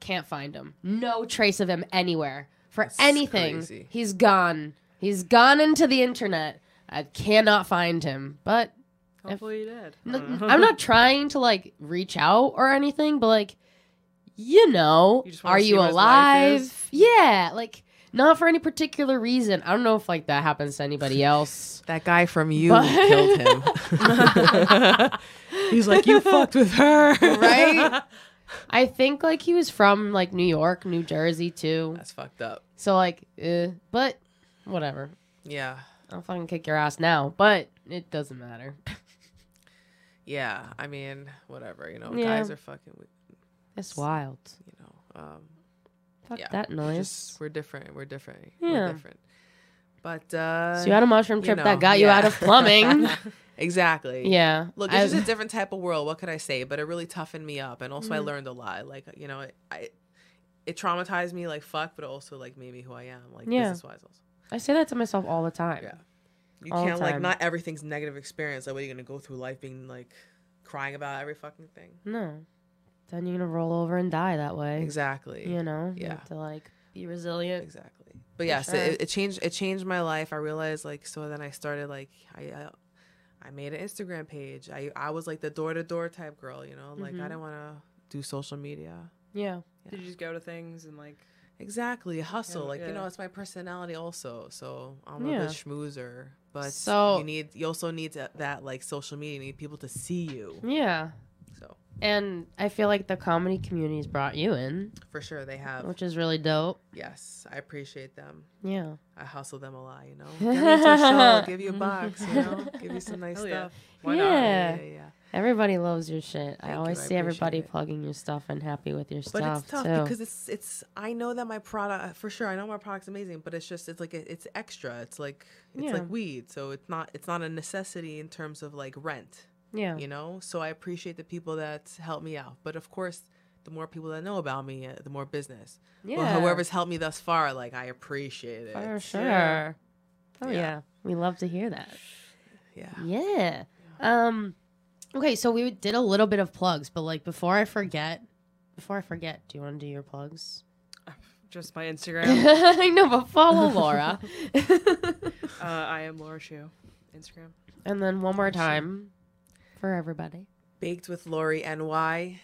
Speaker 3: Can't find him. No trace of him anywhere for anything.
Speaker 4: crazy.
Speaker 3: He's gone. He's gone into the internet. I cannot find him. But
Speaker 5: Hopefully you did. I
Speaker 3: n-
Speaker 5: <laughs> don't know.
Speaker 3: I'm not trying to like reach out or anything, but like, you know,
Speaker 5: You just wanna
Speaker 3: are
Speaker 5: see
Speaker 3: you
Speaker 5: what his life
Speaker 3: alive?
Speaker 5: is.
Speaker 3: Yeah, like not for any particular reason. I don't know if like that happens to
Speaker 5: <laughs>
Speaker 3: anybody else.
Speaker 4: That guy from you
Speaker 3: But-
Speaker 4: killed him. <laughs> He's like, you fucked with her,
Speaker 3: Right? I think like he was from like New York, New Jersey too.
Speaker 4: <laughs> That's fucked up.
Speaker 3: So like, eh, but whatever.
Speaker 4: Yeah,
Speaker 3: I'll fucking kick your ass now, but it doesn't matter.
Speaker 4: yeah. I mean, whatever. You know,
Speaker 3: Yeah.
Speaker 4: guys are fucking. we-
Speaker 3: It's wild.
Speaker 4: You know, um,
Speaker 3: Fuck
Speaker 4: Yeah,
Speaker 3: that
Speaker 4: we're
Speaker 3: noise.
Speaker 4: just we're different. We're different.
Speaker 3: Yeah.
Speaker 4: We're different. But uh,
Speaker 3: so you had a mushroom
Speaker 4: you
Speaker 3: trip
Speaker 4: know,
Speaker 3: that got you
Speaker 4: yeah.
Speaker 3: out of plumbing.
Speaker 4: <laughs> exactly.
Speaker 3: yeah.
Speaker 4: Look,
Speaker 3: I-
Speaker 4: it's just a different type of world. What could I say? But it really toughened me up, and also
Speaker 3: Mm.
Speaker 4: I learned a lot. Like you know, it, I it traumatized me like fuck, but it also like made me who I am, like
Speaker 3: Yeah.
Speaker 4: business wise. Also,
Speaker 3: I say that to myself all the time.
Speaker 4: Yeah. you
Speaker 3: All the
Speaker 4: can't like
Speaker 3: time.
Speaker 4: not everything's negative experience. Like, what are you gonna go through life being like crying about every fucking thing?
Speaker 3: No. Then you're gonna roll over and die that way.
Speaker 4: Exactly.
Speaker 3: You know? You
Speaker 4: Yeah.
Speaker 3: have to like be resilient.
Speaker 4: Exactly. But yes,
Speaker 3: sure.
Speaker 4: it, it changed. It changed my life. I realized like so. Then I started like I. I I made an Instagram page. I, I was like the door to door type girl, you know?
Speaker 3: Mm-hmm.
Speaker 4: Like, I didn't want to do social media.
Speaker 3: Yeah.
Speaker 5: Did you just go to things and like?
Speaker 4: Exactly, hustle.
Speaker 5: Yeah,
Speaker 4: like you
Speaker 5: yeah.
Speaker 4: know, it's my personality also. So I'm
Speaker 3: Yeah.
Speaker 4: a good schmoozer, but
Speaker 3: So-
Speaker 4: you need you also need that, that like social media. You need people to see you.
Speaker 3: Yeah.
Speaker 4: So
Speaker 3: And I feel like the comedy community's brought you in,
Speaker 4: For sure, they have.
Speaker 3: which is really dope.
Speaker 4: Yes, I appreciate them.
Speaker 3: Yeah.
Speaker 4: I hustle them a lot, you know. Give me some show, give you a box, you know, give you some nice
Speaker 5: Hell yeah.
Speaker 4: stuff.
Speaker 5: Why
Speaker 3: yeah.
Speaker 4: Yeah, yeah, yeah.
Speaker 3: Everybody loves your shit. I
Speaker 4: you,
Speaker 3: always
Speaker 4: I
Speaker 3: see everybody
Speaker 4: appreciate it.
Speaker 3: plugging your stuff and happy with your
Speaker 4: But
Speaker 3: stuff
Speaker 4: it's tough
Speaker 3: too.
Speaker 4: because it's it's. I know that my product uh, for sure. I know my product's amazing, but it's just it's like it- it's extra. It's like it's
Speaker 3: Yeah.
Speaker 4: like weed, so it's not it's not a necessity in terms of like rent,
Speaker 3: yeah.
Speaker 4: you know. So I appreciate the people that help me out, but of course, the more people that know about me, uh, the more business.
Speaker 3: Yeah.
Speaker 4: Well, whoever's helped me thus far, like I appreciate it.
Speaker 3: For sure. Oh yeah.
Speaker 4: Yeah.
Speaker 3: We love to hear that.
Speaker 4: Yeah.
Speaker 3: Yeah. Um okay, so we did a little bit of plugs, but like before I forget, before I forget, do you want to do your
Speaker 4: <laughs>
Speaker 3: plugs?
Speaker 5: Just my
Speaker 3: <laughs>
Speaker 5: Instagram.
Speaker 3: I know, but <laughs> follow Laura.
Speaker 5: uh, I am Laura Shu. Instagram.
Speaker 3: and then one
Speaker 4: Oh,
Speaker 3: more time for everybody.
Speaker 4: Baked with Lori NY.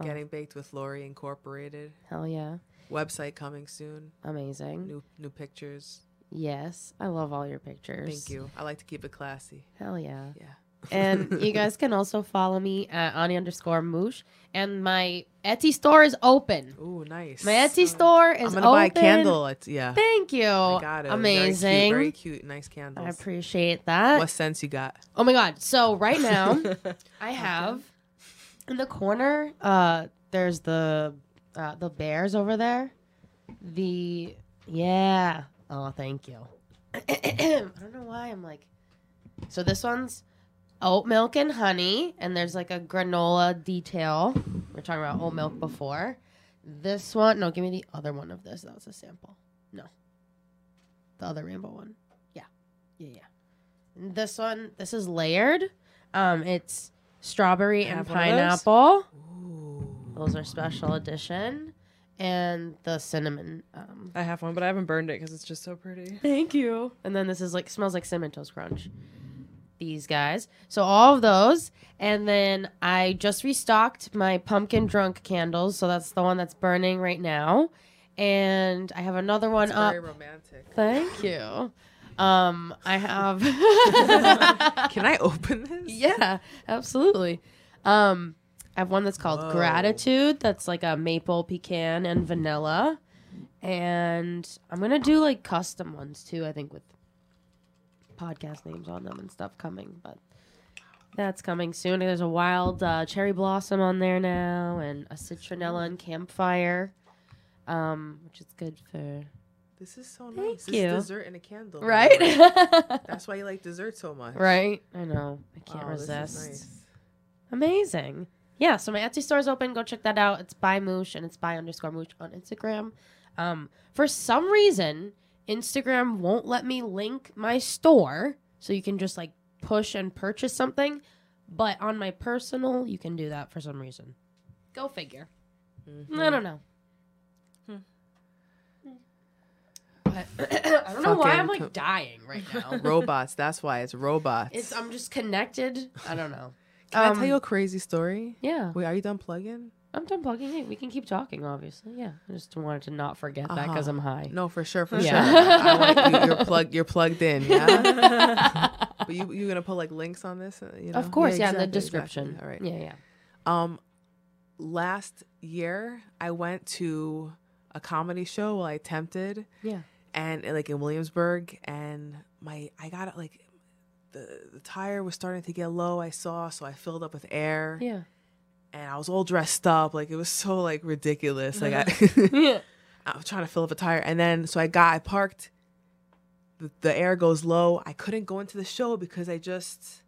Speaker 3: Oh.
Speaker 4: Getting Baked with Lori Incorporated.
Speaker 3: Hell yeah.
Speaker 4: Website coming soon.
Speaker 3: Amazing.
Speaker 4: New new pictures.
Speaker 3: Yes. I love all your pictures.
Speaker 4: Thank you. I like to keep it classy.
Speaker 3: Hell yeah.
Speaker 4: Yeah. <laughs>
Speaker 3: and you guys can also follow me at Ani underscore Moosh. And my Etsy store is open.
Speaker 4: Ooh, nice.
Speaker 3: My Etsy store is
Speaker 4: I'm gonna
Speaker 3: open.
Speaker 4: buy a candle. It's, yeah.
Speaker 3: Thank you.
Speaker 4: I got it. It was
Speaker 3: Amazing.
Speaker 4: Very cute. Very cute. Nice candles.
Speaker 3: I appreciate that.
Speaker 4: what sense you got?
Speaker 3: Oh my god. So
Speaker 4: <laughs>
Speaker 3: right now I have in the corner uh there's the uh the bears over there. The yeah. Oh, thank you. <clears throat> I don't know why I'm like So this one's oat milk and honey and there's like a granola detail. We are talking about oat milk before. This one, no, give me the other one of this. That was a sample. No. The other rainbow one. Yeah. Yeah, yeah. This one, this is layered. Um, it's strawberry and
Speaker 5: Have one of those?
Speaker 3: pineapple.
Speaker 4: Ooh.
Speaker 3: Those are special edition, and the cinnamon. Um,
Speaker 5: I have one, but I haven't burned it because it's just so pretty.
Speaker 3: Thank you. And then this is like smells like cinnamon toast crunch. These guys. So all of those, and then I just restocked my pumpkin drunk candles. So that's the one that's burning right now, and I have another one
Speaker 4: It's
Speaker 3: up.
Speaker 4: very romantic.
Speaker 3: Thank you. Um, I have. <laughs>
Speaker 4: Can I open this?
Speaker 3: yeah, absolutely. Um, I have one that's called
Speaker 4: Whoa.
Speaker 3: Gratitude. That's like a maple pecan and vanilla, and I'm gonna do like custom ones too. I think with podcast names on them and stuff coming, but that's coming soon. There's a wild uh, cherry blossom on there now, and a citronella and campfire, um, which is good for
Speaker 4: This is so nice.
Speaker 3: you.
Speaker 4: This dessert and a candle. by the way.
Speaker 3: <laughs> right,
Speaker 4: That's why you like dessert so much.
Speaker 3: right. I know. I can't
Speaker 4: Wow, this is
Speaker 3: resist.
Speaker 4: nice.
Speaker 3: Amazing. Yeah, so my Etsy store is open. Go check that out. It's by Moosh and it's by underscore Moosh on Instagram. Um, for some reason, Instagram won't let me link my store, so you can just like push and purchase something. But on my personal, you can do that for some reason. Go figure. I don't know. Hmm. But <coughs> I don't know why
Speaker 4: Fucking
Speaker 3: I'm
Speaker 4: co-
Speaker 3: like dying right <laughs> now.
Speaker 4: robots. That's why it's robots.
Speaker 3: it's um, I'm just connected. I don't know.
Speaker 4: Can I
Speaker 3: Um,
Speaker 4: tell you a crazy story?
Speaker 3: Yeah.
Speaker 4: Wait, are you done plugging?
Speaker 3: I'm done plugging in. We can keep talking, obviously. Yeah. I just wanted to not forget that that because
Speaker 4: Uh-huh.
Speaker 3: I'm high.
Speaker 4: No, for sure, for
Speaker 3: Yeah. <laughs>
Speaker 4: sure. I want you, you're plugged. You're plugged in. Yeah. <laughs> but you you're gonna put like links on this. uh, You
Speaker 3: <laughs>
Speaker 4: know?
Speaker 3: Of course, yeah, in the
Speaker 4: exactly, exactly.
Speaker 3: description.
Speaker 4: All right.
Speaker 3: Yeah, yeah.
Speaker 4: Um, last year I went to a comedy show. Well, I attempted,
Speaker 3: Yeah.
Speaker 4: and uh, like in Williamsburg, and my I got it like. The, the tire was starting to get low. I saw, so I filled up with air,
Speaker 3: Yeah.
Speaker 4: and I was all dressed up. Like it was so like ridiculous.
Speaker 3: <laughs>
Speaker 4: Like I, <laughs>
Speaker 3: Yeah.
Speaker 4: I was trying to fill up a tire, and then so I got I parked. The, the air goes low. I couldn't go into the show because I just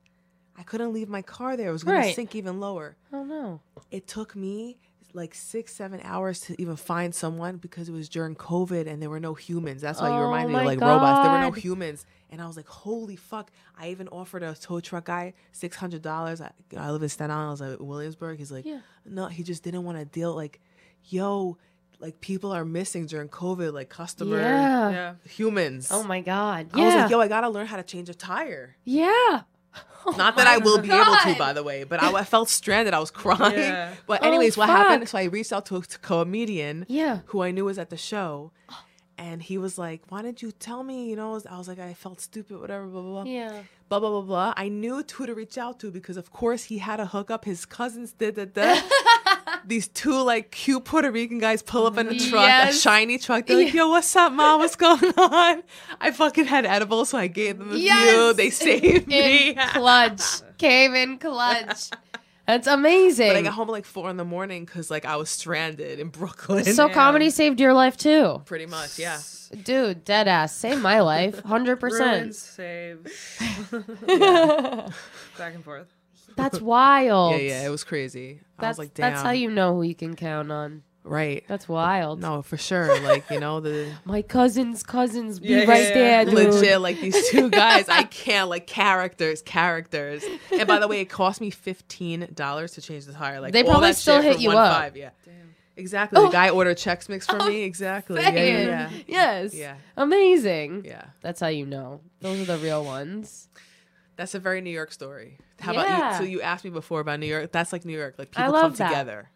Speaker 4: I couldn't leave my car there. It was going
Speaker 3: Right.
Speaker 4: to sink even lower.
Speaker 3: Oh, no.
Speaker 4: It took me like six seven hours to even find someone because it was during COVID and there were no humans. That's why you
Speaker 3: Oh
Speaker 4: reminded me of
Speaker 3: my
Speaker 4: like robots. There were no
Speaker 3: God.
Speaker 4: humans, and I was like, holy fuck! I even offered a tow truck guy six hundred dollars. I, you know, I live in Staten Island. I was like Williamsburg. He's like,
Speaker 3: Yeah.
Speaker 4: no, he just didn't want to deal. Like, yo, like people are missing during COVID. Like customer
Speaker 3: Yeah.
Speaker 4: <laughs>
Speaker 5: Yeah.
Speaker 4: humans.
Speaker 3: Oh, my God.
Speaker 4: I
Speaker 3: Yeah.
Speaker 4: was like, yo, I gotta learn how to change a tire.
Speaker 3: yeah. <laughs>
Speaker 4: Not that I will be able
Speaker 3: Oh God.
Speaker 4: to, by the way, but I, I felt stranded.
Speaker 3: <laughs>
Speaker 4: I was crying.
Speaker 5: Yeah.
Speaker 4: But
Speaker 3: Oh,
Speaker 4: anyways, what happened?
Speaker 3: fuck.
Speaker 4: <laughs> So I reached out to a to a comedian
Speaker 3: Yeah. <gasps>
Speaker 4: who I knew was at the show, and he was like, "Why didn't you tell me?" You know, I was like, "I felt stupid, whatever." Blah blah blah.
Speaker 3: Yeah.
Speaker 4: Blah blah blah blah. I knew who to reach out to because, of course, he had a hookup. His cousins did that.
Speaker 3: <laughs>
Speaker 4: These two like cute Puerto Rican guys pull up in a truck, a
Speaker 3: Yes.
Speaker 4: shiny truck. They're like, "Yo, what's up, mom? What's going <laughs> on?" I fucking had edibles, so I gave them a few.
Speaker 3: Yes.
Speaker 4: They saved
Speaker 3: <laughs>
Speaker 4: me. <laughs>
Speaker 3: In clutch. Came in clutch. That's amazing.
Speaker 4: But I got home at like four in the morning because like I was stranded in Brooklyn.
Speaker 3: so comedy saved your life too.
Speaker 4: pretty much, yeah.
Speaker 3: Dude, dead ass. Saved my life. 100%.
Speaker 5: Ruins, saves, back and forth.
Speaker 3: <laughs> That's wild.
Speaker 4: Yeah, yeah, it was crazy. I
Speaker 3: That's,
Speaker 4: was like, damn.
Speaker 3: that's how you know who you can count on.
Speaker 4: right.
Speaker 3: That's wild.
Speaker 4: No, for sure. Like you know the
Speaker 3: <laughs> My cousin's cousins be
Speaker 5: Yeah, yeah,
Speaker 3: right
Speaker 5: yeah.
Speaker 3: there, dude.
Speaker 4: legit like these two guys. I can't like characters, characters. And by the way, it cost me fifteen dollars to change the tire. Like
Speaker 3: They
Speaker 4: all
Speaker 3: probably
Speaker 4: that
Speaker 3: still
Speaker 4: shit
Speaker 3: hit
Speaker 4: for
Speaker 3: you
Speaker 4: one
Speaker 3: up.
Speaker 4: Five, yeah. Exactly. The guy ordered checks
Speaker 3: <laughs>
Speaker 4: mix for me. Exactly. Yeah,
Speaker 3: <laughs> Saying.
Speaker 4: yeah, yeah.
Speaker 3: Yes.
Speaker 4: Yeah.
Speaker 3: Amazing.
Speaker 4: Yeah.
Speaker 3: That's how you know. Those are the real ones.
Speaker 4: That's a very New York story. How about
Speaker 3: Yeah.
Speaker 4: you? So you asked me before about New York. That's like New York. Like
Speaker 3: I
Speaker 4: people come
Speaker 3: love that.
Speaker 4: together.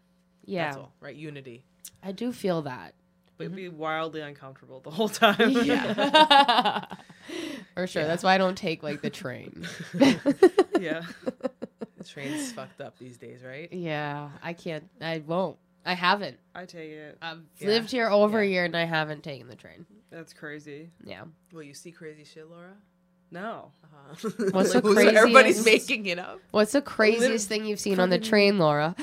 Speaker 3: Yeah.
Speaker 4: That's all, right? Unity.
Speaker 3: I do feel that.
Speaker 5: But it'd be wildly uncomfortable the whole time.
Speaker 3: Mm-hmm. Yeah. <laughs> For sure. That's why I don't take like the train.
Speaker 5: <laughs>
Speaker 4: <laughs>
Speaker 5: yeah.
Speaker 4: The train's fucked up these days, right?
Speaker 3: yeah. I can't. I won't. I haven't.
Speaker 5: I take it.
Speaker 3: I've
Speaker 4: Yeah.
Speaker 3: lived here over a year and I haven't taken the train.
Speaker 5: That's crazy.
Speaker 3: Yeah.
Speaker 4: Well, you see crazy shit, Laura.
Speaker 5: No.
Speaker 4: Uh-huh. <laughs>
Speaker 3: What's
Speaker 4: Like,
Speaker 3: the
Speaker 4: who's- Everybody's
Speaker 3: craziest-
Speaker 4: making it up.
Speaker 3: What's the craziest thing you've seen on the train, Laura?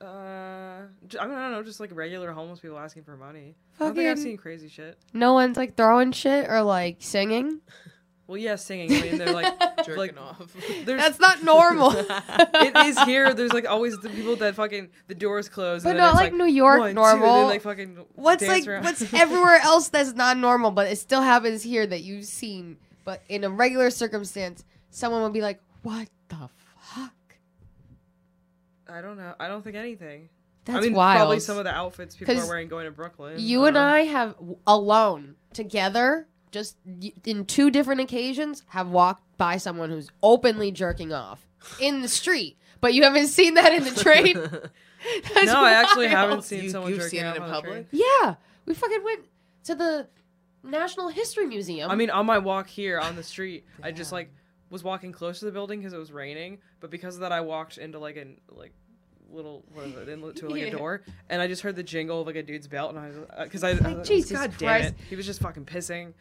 Speaker 5: Uh, j- I mean, I don't know, just like regular homeless people asking for money. I don't think I've
Speaker 3: Fucking-
Speaker 5: seen crazy shit.
Speaker 3: No one's like throwing shit or like singing.
Speaker 5: Well, yeah, singing. I mean, they're like,
Speaker 3: <laughs>
Speaker 4: Jerking <laughs>
Speaker 5: like
Speaker 4: off.
Speaker 5: there's
Speaker 3: That's not normal. <laughs>
Speaker 5: <laughs> it is here. There's like always the people that fucking the doors close.
Speaker 3: But
Speaker 5: and then
Speaker 3: not
Speaker 5: it's,
Speaker 3: like New York
Speaker 5: one, two,
Speaker 3: normal.
Speaker 5: They like fucking
Speaker 3: What's
Speaker 5: dance
Speaker 3: like
Speaker 5: around. <laughs>
Speaker 3: what's everywhere else that's not normal, but it still happens here that you've seen. But in a regular circumstance, someone would be like, "What the fuck?"
Speaker 5: I don't know. I don't think anything.
Speaker 3: That's
Speaker 5: I mean,
Speaker 3: wild.
Speaker 5: probably some of the outfits people
Speaker 3: 'Cause
Speaker 5: are wearing going to Brooklyn.
Speaker 3: you and I have w- alone together, just y- in two different occasions, have walked by someone who's openly jerking off in the street, but you haven't seen that
Speaker 5: <laughs>
Speaker 3: in the train.
Speaker 4: <laughs>
Speaker 3: That's
Speaker 5: No, I actually
Speaker 3: wild.
Speaker 5: haven't seen
Speaker 4: You-
Speaker 5: someone
Speaker 4: you've
Speaker 5: jerking
Speaker 4: seen it
Speaker 5: off
Speaker 4: in
Speaker 5: on the
Speaker 4: public?
Speaker 5: train.
Speaker 3: Yeah, we fucking went to the National History Museum.
Speaker 5: I mean, on my walk here on the street, I just like was walking close to the building because it was raining. But because of that, I walked into like an like little what is it inlet to like a door, and I just heard the jingle of like a dude's belt, and I because I, I, was
Speaker 3: Jesus
Speaker 5: God damn it,
Speaker 3: Christ."
Speaker 5: he was just fucking pissing.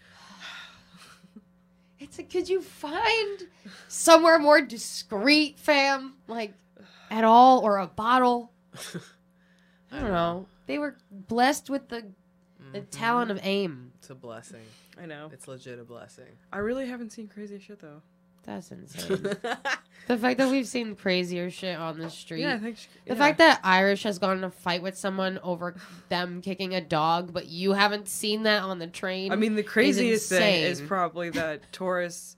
Speaker 3: It's like, could you find somewhere more discreet, fam? Like, at all, or a
Speaker 5: <laughs>
Speaker 3: bottle? I don't know. They were blessed with the the
Speaker 5: Mm-hmm.
Speaker 3: talent of aim.
Speaker 4: It's a blessing.
Speaker 5: I know.
Speaker 4: It's legit a <laughs> blessing.
Speaker 5: I really haven't seen crazy shit though.
Speaker 3: That's insane. the fact that we've seen crazier shit on the street.
Speaker 5: Yeah, I think she,
Speaker 3: the
Speaker 5: yeah.
Speaker 3: fact that Irish has gone in a fight with someone over them kicking a dog, but you haven't seen that on the train.
Speaker 5: I mean, the craziest thing is
Speaker 3: insane. <laughs>
Speaker 5: probably that tourists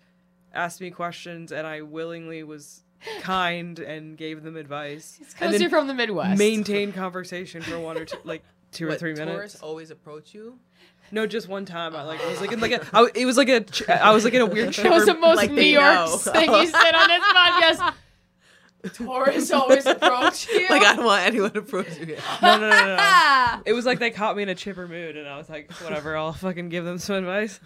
Speaker 5: asked me questions and I willingly was kind and gave them advice. and
Speaker 3: because you're from the Midwest.
Speaker 5: maintained conversation for one or two, like two or
Speaker 4: What,
Speaker 5: three
Speaker 4: Tourists
Speaker 5: minutes.
Speaker 4: always approach you.
Speaker 5: No, just one time. I like
Speaker 3: <laughs>
Speaker 4: <laughs>
Speaker 5: I was like in like a I, it was like a ch- I was like in a
Speaker 3: <laughs>
Speaker 5: weird
Speaker 3: That was the
Speaker 5: shiver-
Speaker 3: most
Speaker 4: like
Speaker 3: New
Speaker 4: they
Speaker 3: York <laughs>
Speaker 4: know.
Speaker 3: thing you said on this podcast. Tourists always
Speaker 4: <laughs>
Speaker 3: approach you.
Speaker 4: Like I don't want anyone to approach you.
Speaker 5: <laughs> no, no, no,
Speaker 3: <laughs>
Speaker 5: no, no. It was like they caught me in a chipper mood, and I was like, whatever, I'll fucking give them
Speaker 3: <laughs>
Speaker 5: some advice.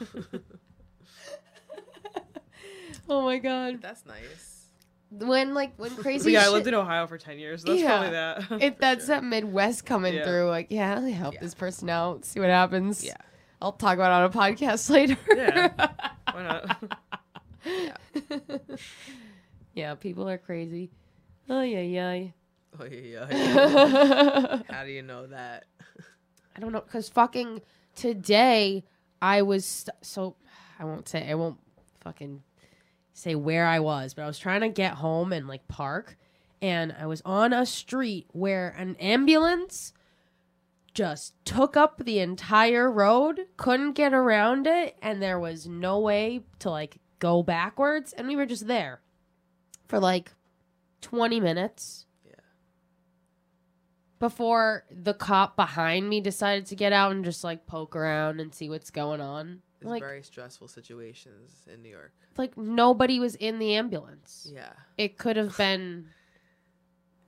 Speaker 3: oh my god.
Speaker 4: <laughs> That's nice.
Speaker 3: When like
Speaker 5: <laughs>
Speaker 3: when
Speaker 5: But
Speaker 3: crazy
Speaker 5: yeah, I
Speaker 3: shit.
Speaker 5: lived in Ohio for ten years. So that's
Speaker 3: Yeah.
Speaker 5: probably that.
Speaker 3: <laughs>
Speaker 5: <laughs>
Speaker 3: if that's that Midwest coming
Speaker 5: Yeah.
Speaker 3: through, like yeah, I'll help
Speaker 4: Yeah.
Speaker 3: this person out, see what happens.
Speaker 4: Yeah.
Speaker 3: I'll talk about it on a podcast <laughs> later.
Speaker 5: Yeah. Why not?
Speaker 3: <laughs> yeah, people are crazy. Oh yeah, yeah.
Speaker 4: Oh yeah,
Speaker 3: <laughs> I
Speaker 4: How do you know that?
Speaker 3: don't know, cause fucking today I was st- so I won't say I won't fucking say where I was, but I was trying to get home and like park, and I was on a street where an ambulance just took up the entire road, couldn't get around it, and there was no way to like go backwards, and we were just there for like twenty minutes.
Speaker 4: Yeah.
Speaker 3: Before the cop behind me decided to get out and just like poke around and see what's going on.
Speaker 4: It's
Speaker 3: like,
Speaker 4: very stressful situations in New York.
Speaker 3: like nobody was in the ambulance.
Speaker 4: Yeah.
Speaker 3: It could have been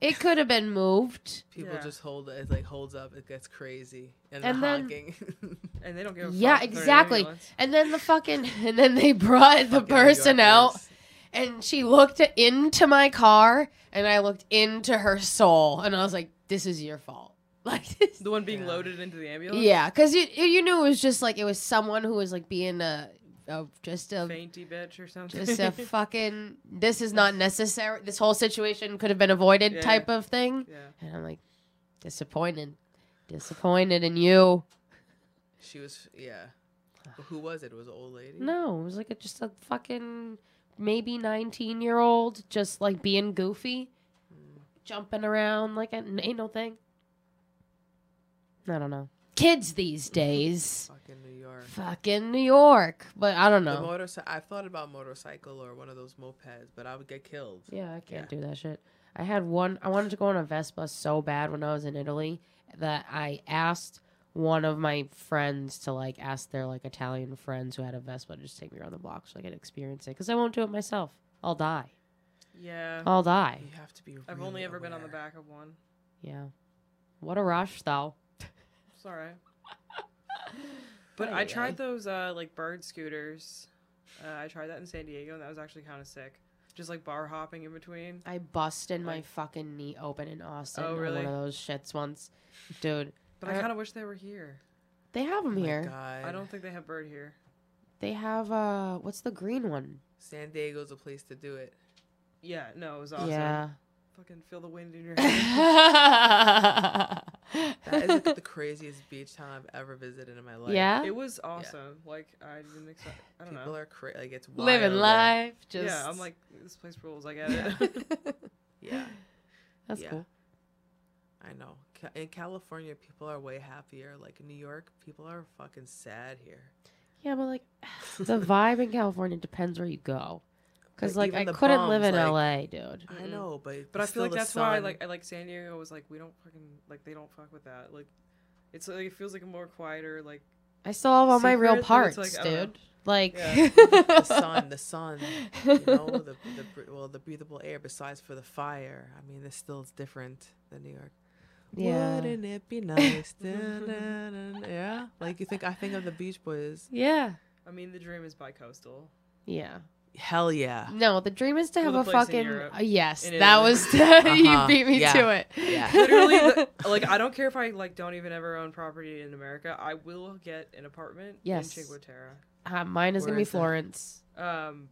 Speaker 3: It could have been moved.
Speaker 4: People
Speaker 5: Yeah.
Speaker 4: just hold it. It like holds up. It gets crazy and,
Speaker 3: And
Speaker 4: the
Speaker 3: then-
Speaker 4: honking. <laughs>
Speaker 5: and they don't give a
Speaker 3: Yeah,
Speaker 5: fuck if they're in
Speaker 3: exactly.
Speaker 5: ambulance.
Speaker 3: And then the fucking <laughs> and then they brought the
Speaker 4: Fucking New
Speaker 3: person out
Speaker 4: Yorkers.
Speaker 3: and she looked into my car and I looked into her soul and I was like, This is your fault. <laughs> Like this
Speaker 5: The one being
Speaker 4: Yeah.
Speaker 5: loaded into the ambulance.
Speaker 3: Yeah, because you you knew it was just like it was someone who was like being a, a just a
Speaker 5: Fainty bitch or something. <laughs>
Speaker 3: just a fucking this is not necessary. This whole situation could have been avoided
Speaker 5: Yeah.
Speaker 3: type of thing.
Speaker 5: yeah.
Speaker 3: And I'm like disappointed, disappointed in you.
Speaker 4: She was
Speaker 3: <sighs>
Speaker 4: yeah. Who was it? It was an old lady.
Speaker 3: No, it was like a, just a fucking maybe 19 year old just like being goofy, jumping around like an ain't no thing. I don't know. Kids these days.
Speaker 4: Fucking New York.
Speaker 3: Fucking New York, but I don't know.
Speaker 4: The motorcycle. I thought about motorcycle or one of those mopeds, but I would get killed.
Speaker 3: Yeah, I can't do that shit. I had one. I wanted to go on a Vespa so bad when I was in Italy that I asked one of my friends to like ask their like Italian friends who had a Vespa to just take me around the block so I could experience it because I won't do it myself. I'll die.
Speaker 5: Yeah.
Speaker 3: I'll die.
Speaker 4: You have to be.
Speaker 5: I've only
Speaker 4: really
Speaker 5: ever been on the
Speaker 4: aware.
Speaker 5: back of one.
Speaker 3: Yeah. What a rush, though.
Speaker 5: It's all
Speaker 3: <laughs>
Speaker 5: right. But I
Speaker 3: Ay, ay.
Speaker 5: tried those uh, like bird scooters. Uh, I tried that in San Diego, and that was actually kind of sick. Just like bar hopping in between.
Speaker 3: I busted my
Speaker 5: Like-
Speaker 3: fucking knee open in Austin.
Speaker 5: Oh,
Speaker 3: on
Speaker 5: really?
Speaker 3: One of those shits once, dude.
Speaker 5: But I
Speaker 3: Uh,
Speaker 5: kind of wish they were here.
Speaker 3: They have them
Speaker 4: Oh my
Speaker 3: here.
Speaker 4: God.
Speaker 5: I don't think they have bird here.
Speaker 3: They have uh, what's the green one?
Speaker 4: San Diego's a place to do
Speaker 3: <laughs>
Speaker 4: it.
Speaker 5: Yeah, no, it was awesome.
Speaker 3: Yeah. <laughs>
Speaker 5: Fucking feel the wind in your hair.
Speaker 4: <laughs> That is like,
Speaker 3: that
Speaker 4: the craziest beach town I've ever visited in my life.
Speaker 3: yeah.
Speaker 5: it was awesome. Like I didn't expect. I don't
Speaker 4: People
Speaker 5: know.
Speaker 4: are crazy. Like it's wild
Speaker 3: Living
Speaker 4: there.
Speaker 3: life. Just
Speaker 5: Yeah, I'm
Speaker 3: <laughs>
Speaker 5: like this place rules. I get it.
Speaker 4: Yeah,
Speaker 3: That's
Speaker 4: Yeah.
Speaker 3: cool.
Speaker 4: I know. Ca- In California, people are way happier. Like in New York, people are fucking sad here.
Speaker 3: Yeah, but like <laughs>
Speaker 4: <laughs>
Speaker 3: the vibe in California depends where you go. Because
Speaker 4: But
Speaker 3: like
Speaker 4: even
Speaker 3: I
Speaker 4: the
Speaker 3: couldn't live in
Speaker 4: bums, like-
Speaker 3: LA, dude.
Speaker 4: I
Speaker 5: Mm-mm.
Speaker 4: know, but
Speaker 5: but I
Speaker 4: still
Speaker 5: feel like
Speaker 4: the
Speaker 5: that's why I
Speaker 4: sun-
Speaker 5: like I like San Diego was like we don't fucking like they don't fuck with that. Like it's like it feels like a more quieter like
Speaker 3: I still have all my real
Speaker 5: Secret, but it's
Speaker 3: parts,
Speaker 5: like, I don't
Speaker 3: dude. Like
Speaker 5: Yeah.
Speaker 4: the sun, the sun.
Speaker 3: <laughs>
Speaker 4: You know, the, the br- well, the breathable air. Besides for the fire, I mean, this still is different than New York.
Speaker 3: yeah.
Speaker 4: Wouldn't it
Speaker 3: <laughs>
Speaker 4: be nice? Da, da, da, da. yeah. Like you think I think of the Beach Boys.
Speaker 3: yeah.
Speaker 5: I mean, the dream
Speaker 3: <laughs>
Speaker 5: is bi-coastal.
Speaker 3: Yeah.
Speaker 4: Hell yeah.
Speaker 3: No, the dream is to
Speaker 5: Well,
Speaker 3: have
Speaker 5: the
Speaker 3: a
Speaker 5: place in
Speaker 3: fucking
Speaker 5: Europe.
Speaker 3: uh, yes.
Speaker 5: In
Speaker 3: that
Speaker 5: Italy.
Speaker 3: was <laughs>
Speaker 4: Uh-huh.
Speaker 3: you beat me
Speaker 4: Yeah.
Speaker 3: to it. <laughs>
Speaker 4: Yeah.
Speaker 5: Literally, the, like I don't care if I like don't even ever own property in America. I will get an apartment
Speaker 3: Yes.
Speaker 5: in Cinque Terre.
Speaker 3: Uh, mine is
Speaker 4: Where
Speaker 3: gonna be
Speaker 4: is that?
Speaker 3: Florence.
Speaker 5: Um,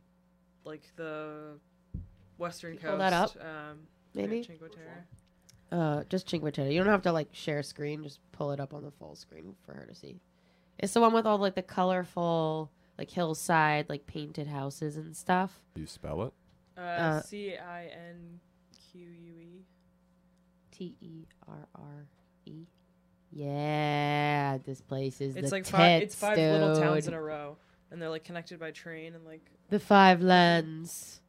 Speaker 5: like the western coast.
Speaker 3: Pull that up,
Speaker 5: Um, yeah,
Speaker 3: Maybe
Speaker 5: Cinque Terre.
Speaker 3: Uh, just Cinque Terre. You don't have to like share screen. Just pull it up on the full screen for her to see. It's the one with all like the colorful, like hillside, like painted houses and stuff.
Speaker 6: Do you spell it?
Speaker 5: Uh,
Speaker 3: Uh,
Speaker 5: C I N Q U E.
Speaker 3: T E R R E. Yeah, this place is.
Speaker 5: It's
Speaker 3: the
Speaker 5: like five. It's
Speaker 3: tits,
Speaker 5: five little towns
Speaker 3: dude.
Speaker 5: in a row, and they're like connected by train and like.
Speaker 3: The five lands.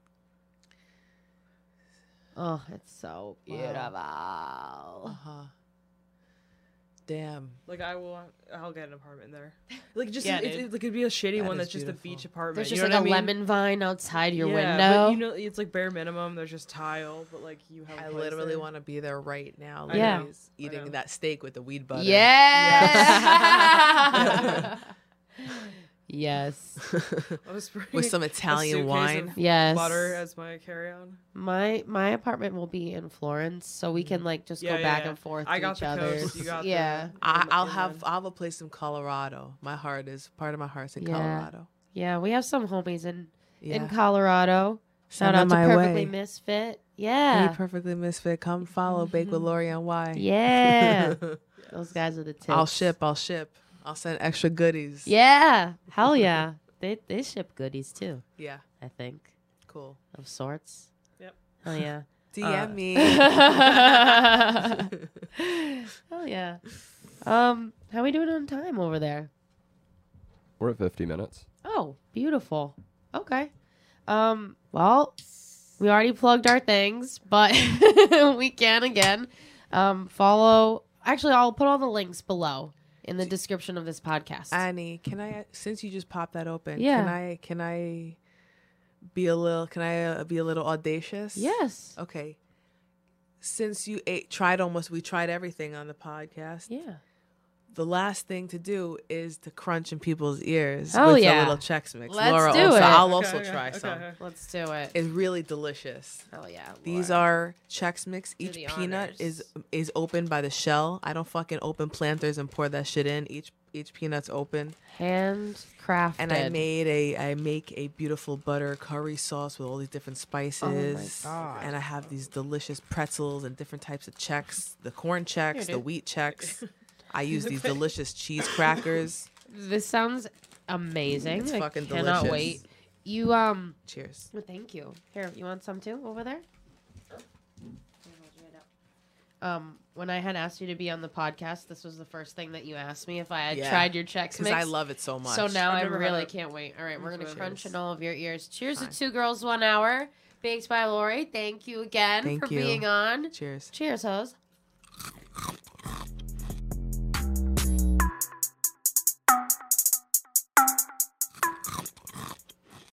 Speaker 3: Oh, it's so beautiful.
Speaker 4: Uh huh. Damn.
Speaker 5: Like I will, I'll get an
Speaker 3: <laughs>
Speaker 5: apartment there. Like just
Speaker 3: Yeah,
Speaker 5: it,
Speaker 3: dude.
Speaker 5: it, like it'd be a shitty
Speaker 4: That
Speaker 5: one
Speaker 4: is
Speaker 5: that's just a
Speaker 4: beautiful.
Speaker 5: beach apartment.
Speaker 3: There's
Speaker 5: you
Speaker 3: just
Speaker 5: know
Speaker 3: like
Speaker 5: what
Speaker 3: a
Speaker 5: I mean?
Speaker 3: lemon vine outside your
Speaker 5: Yeah,
Speaker 3: window.
Speaker 5: But you know, it's like bare minimum. There's just tile, but like you have. a
Speaker 4: I
Speaker 5: place
Speaker 4: literally
Speaker 5: there.
Speaker 4: want to be there right now.
Speaker 5: I
Speaker 3: Yeah.
Speaker 4: literally,
Speaker 5: know, I know.
Speaker 4: Eating
Speaker 5: <laughs>
Speaker 4: that steak with the weed butter.
Speaker 5: <laughs>
Speaker 3: Yeah. yes.
Speaker 5: I was
Speaker 4: <laughs> with
Speaker 5: bringing
Speaker 4: some
Speaker 5: a
Speaker 4: Italian
Speaker 5: suitcase
Speaker 4: wine.
Speaker 5: of
Speaker 3: Yes.
Speaker 5: butter as my carry-on.
Speaker 3: my my apartment will be in Florence, so we can like just
Speaker 5: Mm. Yeah,
Speaker 3: go
Speaker 5: yeah,
Speaker 3: back
Speaker 5: yeah.
Speaker 3: and forth.
Speaker 5: I
Speaker 3: to
Speaker 5: got
Speaker 3: each
Speaker 5: the
Speaker 3: other's.
Speaker 5: coast. You got the-
Speaker 3: yeah.
Speaker 4: I,
Speaker 5: the
Speaker 4: I'll
Speaker 5: inland.
Speaker 4: have. I'll have a place in Colorado. My heart is part of my heart's in
Speaker 3: Yeah.
Speaker 4: Colorado.
Speaker 3: Yeah, we have some homies in
Speaker 4: Yeah.
Speaker 3: in Colorado. Shout
Speaker 4: Send
Speaker 3: out
Speaker 4: them
Speaker 3: to
Speaker 4: my
Speaker 3: Perfectly
Speaker 4: way.
Speaker 3: Misfit.
Speaker 4: Hey,
Speaker 3: Yeah. Mm-hmm.
Speaker 4: perfectly misfit. Come follow Bake with Lori and Y.
Speaker 3: Yeah. Those guys are the tips.
Speaker 4: <laughs> I'll ship. I'll ship. I'll send extra goodies.
Speaker 3: Yeah. Hell
Speaker 5: <laughs>
Speaker 3: yeah. they they ship goodies too,
Speaker 4: Yeah.
Speaker 3: I think.
Speaker 4: Cool.
Speaker 3: Of sorts.
Speaker 5: Yep.
Speaker 3: Hell yeah.
Speaker 4: DM
Speaker 5: Uh.
Speaker 3: <laughs>
Speaker 4: me.
Speaker 3: Hell yeah. Um, how we doing on time over there?
Speaker 6: We're at 50 minutes.
Speaker 3: Oh, beautiful. Okay. Um, well, we already plugged our things, but <laughs> we can again. Um, follow. Actually, I'll put all the links below in the description of this podcast.
Speaker 4: Annie, can I? Since you just popped that open,
Speaker 3: Yeah.
Speaker 4: Can I? Can I be a little? Can I uh, be a little audacious?
Speaker 3: yes.
Speaker 4: Okay. since you ate, tried almost, we tried everything on the podcast.
Speaker 3: Yeah.
Speaker 4: The last thing to do is to crunch in people's ears
Speaker 3: Oh,
Speaker 4: with
Speaker 3: yeah.
Speaker 4: a little Chex Mix.
Speaker 3: Let's
Speaker 4: Laura
Speaker 3: do
Speaker 4: also,
Speaker 3: it.
Speaker 4: I'll
Speaker 5: Okay,
Speaker 4: also
Speaker 5: okay,
Speaker 4: try
Speaker 5: okay,
Speaker 4: some.
Speaker 5: okay.
Speaker 3: Let's do it.
Speaker 4: It's really delicious.
Speaker 3: Oh yeah.
Speaker 4: These
Speaker 3: Laura.
Speaker 4: are Chex Mix. Each
Speaker 3: the
Speaker 4: peanut
Speaker 3: honors.
Speaker 4: is is open by the shell. I don't fucking open planters and pour that shit in. Each each peanut's open.
Speaker 3: handcrafted.
Speaker 4: And I made a I make a beautiful butter curry sauce with all these different
Speaker 3: Oh
Speaker 4: spices.
Speaker 6: God.
Speaker 4: And I have these delicious pretzels and different types of checks, the corn checks, the
Speaker 3: <laughs>
Speaker 4: wheat checks. I use these delicious cheese crackers.
Speaker 3: This sounds amazing.
Speaker 4: It's
Speaker 3: I
Speaker 4: fucking
Speaker 3: cannot
Speaker 4: delicious.
Speaker 3: wait. You um.
Speaker 4: Cheers.
Speaker 3: Well, thank you. Here, you want some too over there? Um, when I had asked you to be on the podcast, this was the first thing that you asked me if I had
Speaker 4: Yeah,
Speaker 3: tried your checks
Speaker 4: Because
Speaker 3: mix.
Speaker 4: I love it so much.
Speaker 3: So now
Speaker 5: I've
Speaker 3: I
Speaker 5: never had
Speaker 3: really
Speaker 5: it.
Speaker 3: can't wait. All right, we're gonna
Speaker 5: Cheers.
Speaker 3: crunch in all of your ears. Cheers to two girls, one hour. Baked by Lori. Thank you again
Speaker 4: Thank
Speaker 3: for
Speaker 4: you.
Speaker 3: being on.
Speaker 4: Cheers.
Speaker 3: Cheers, hoes.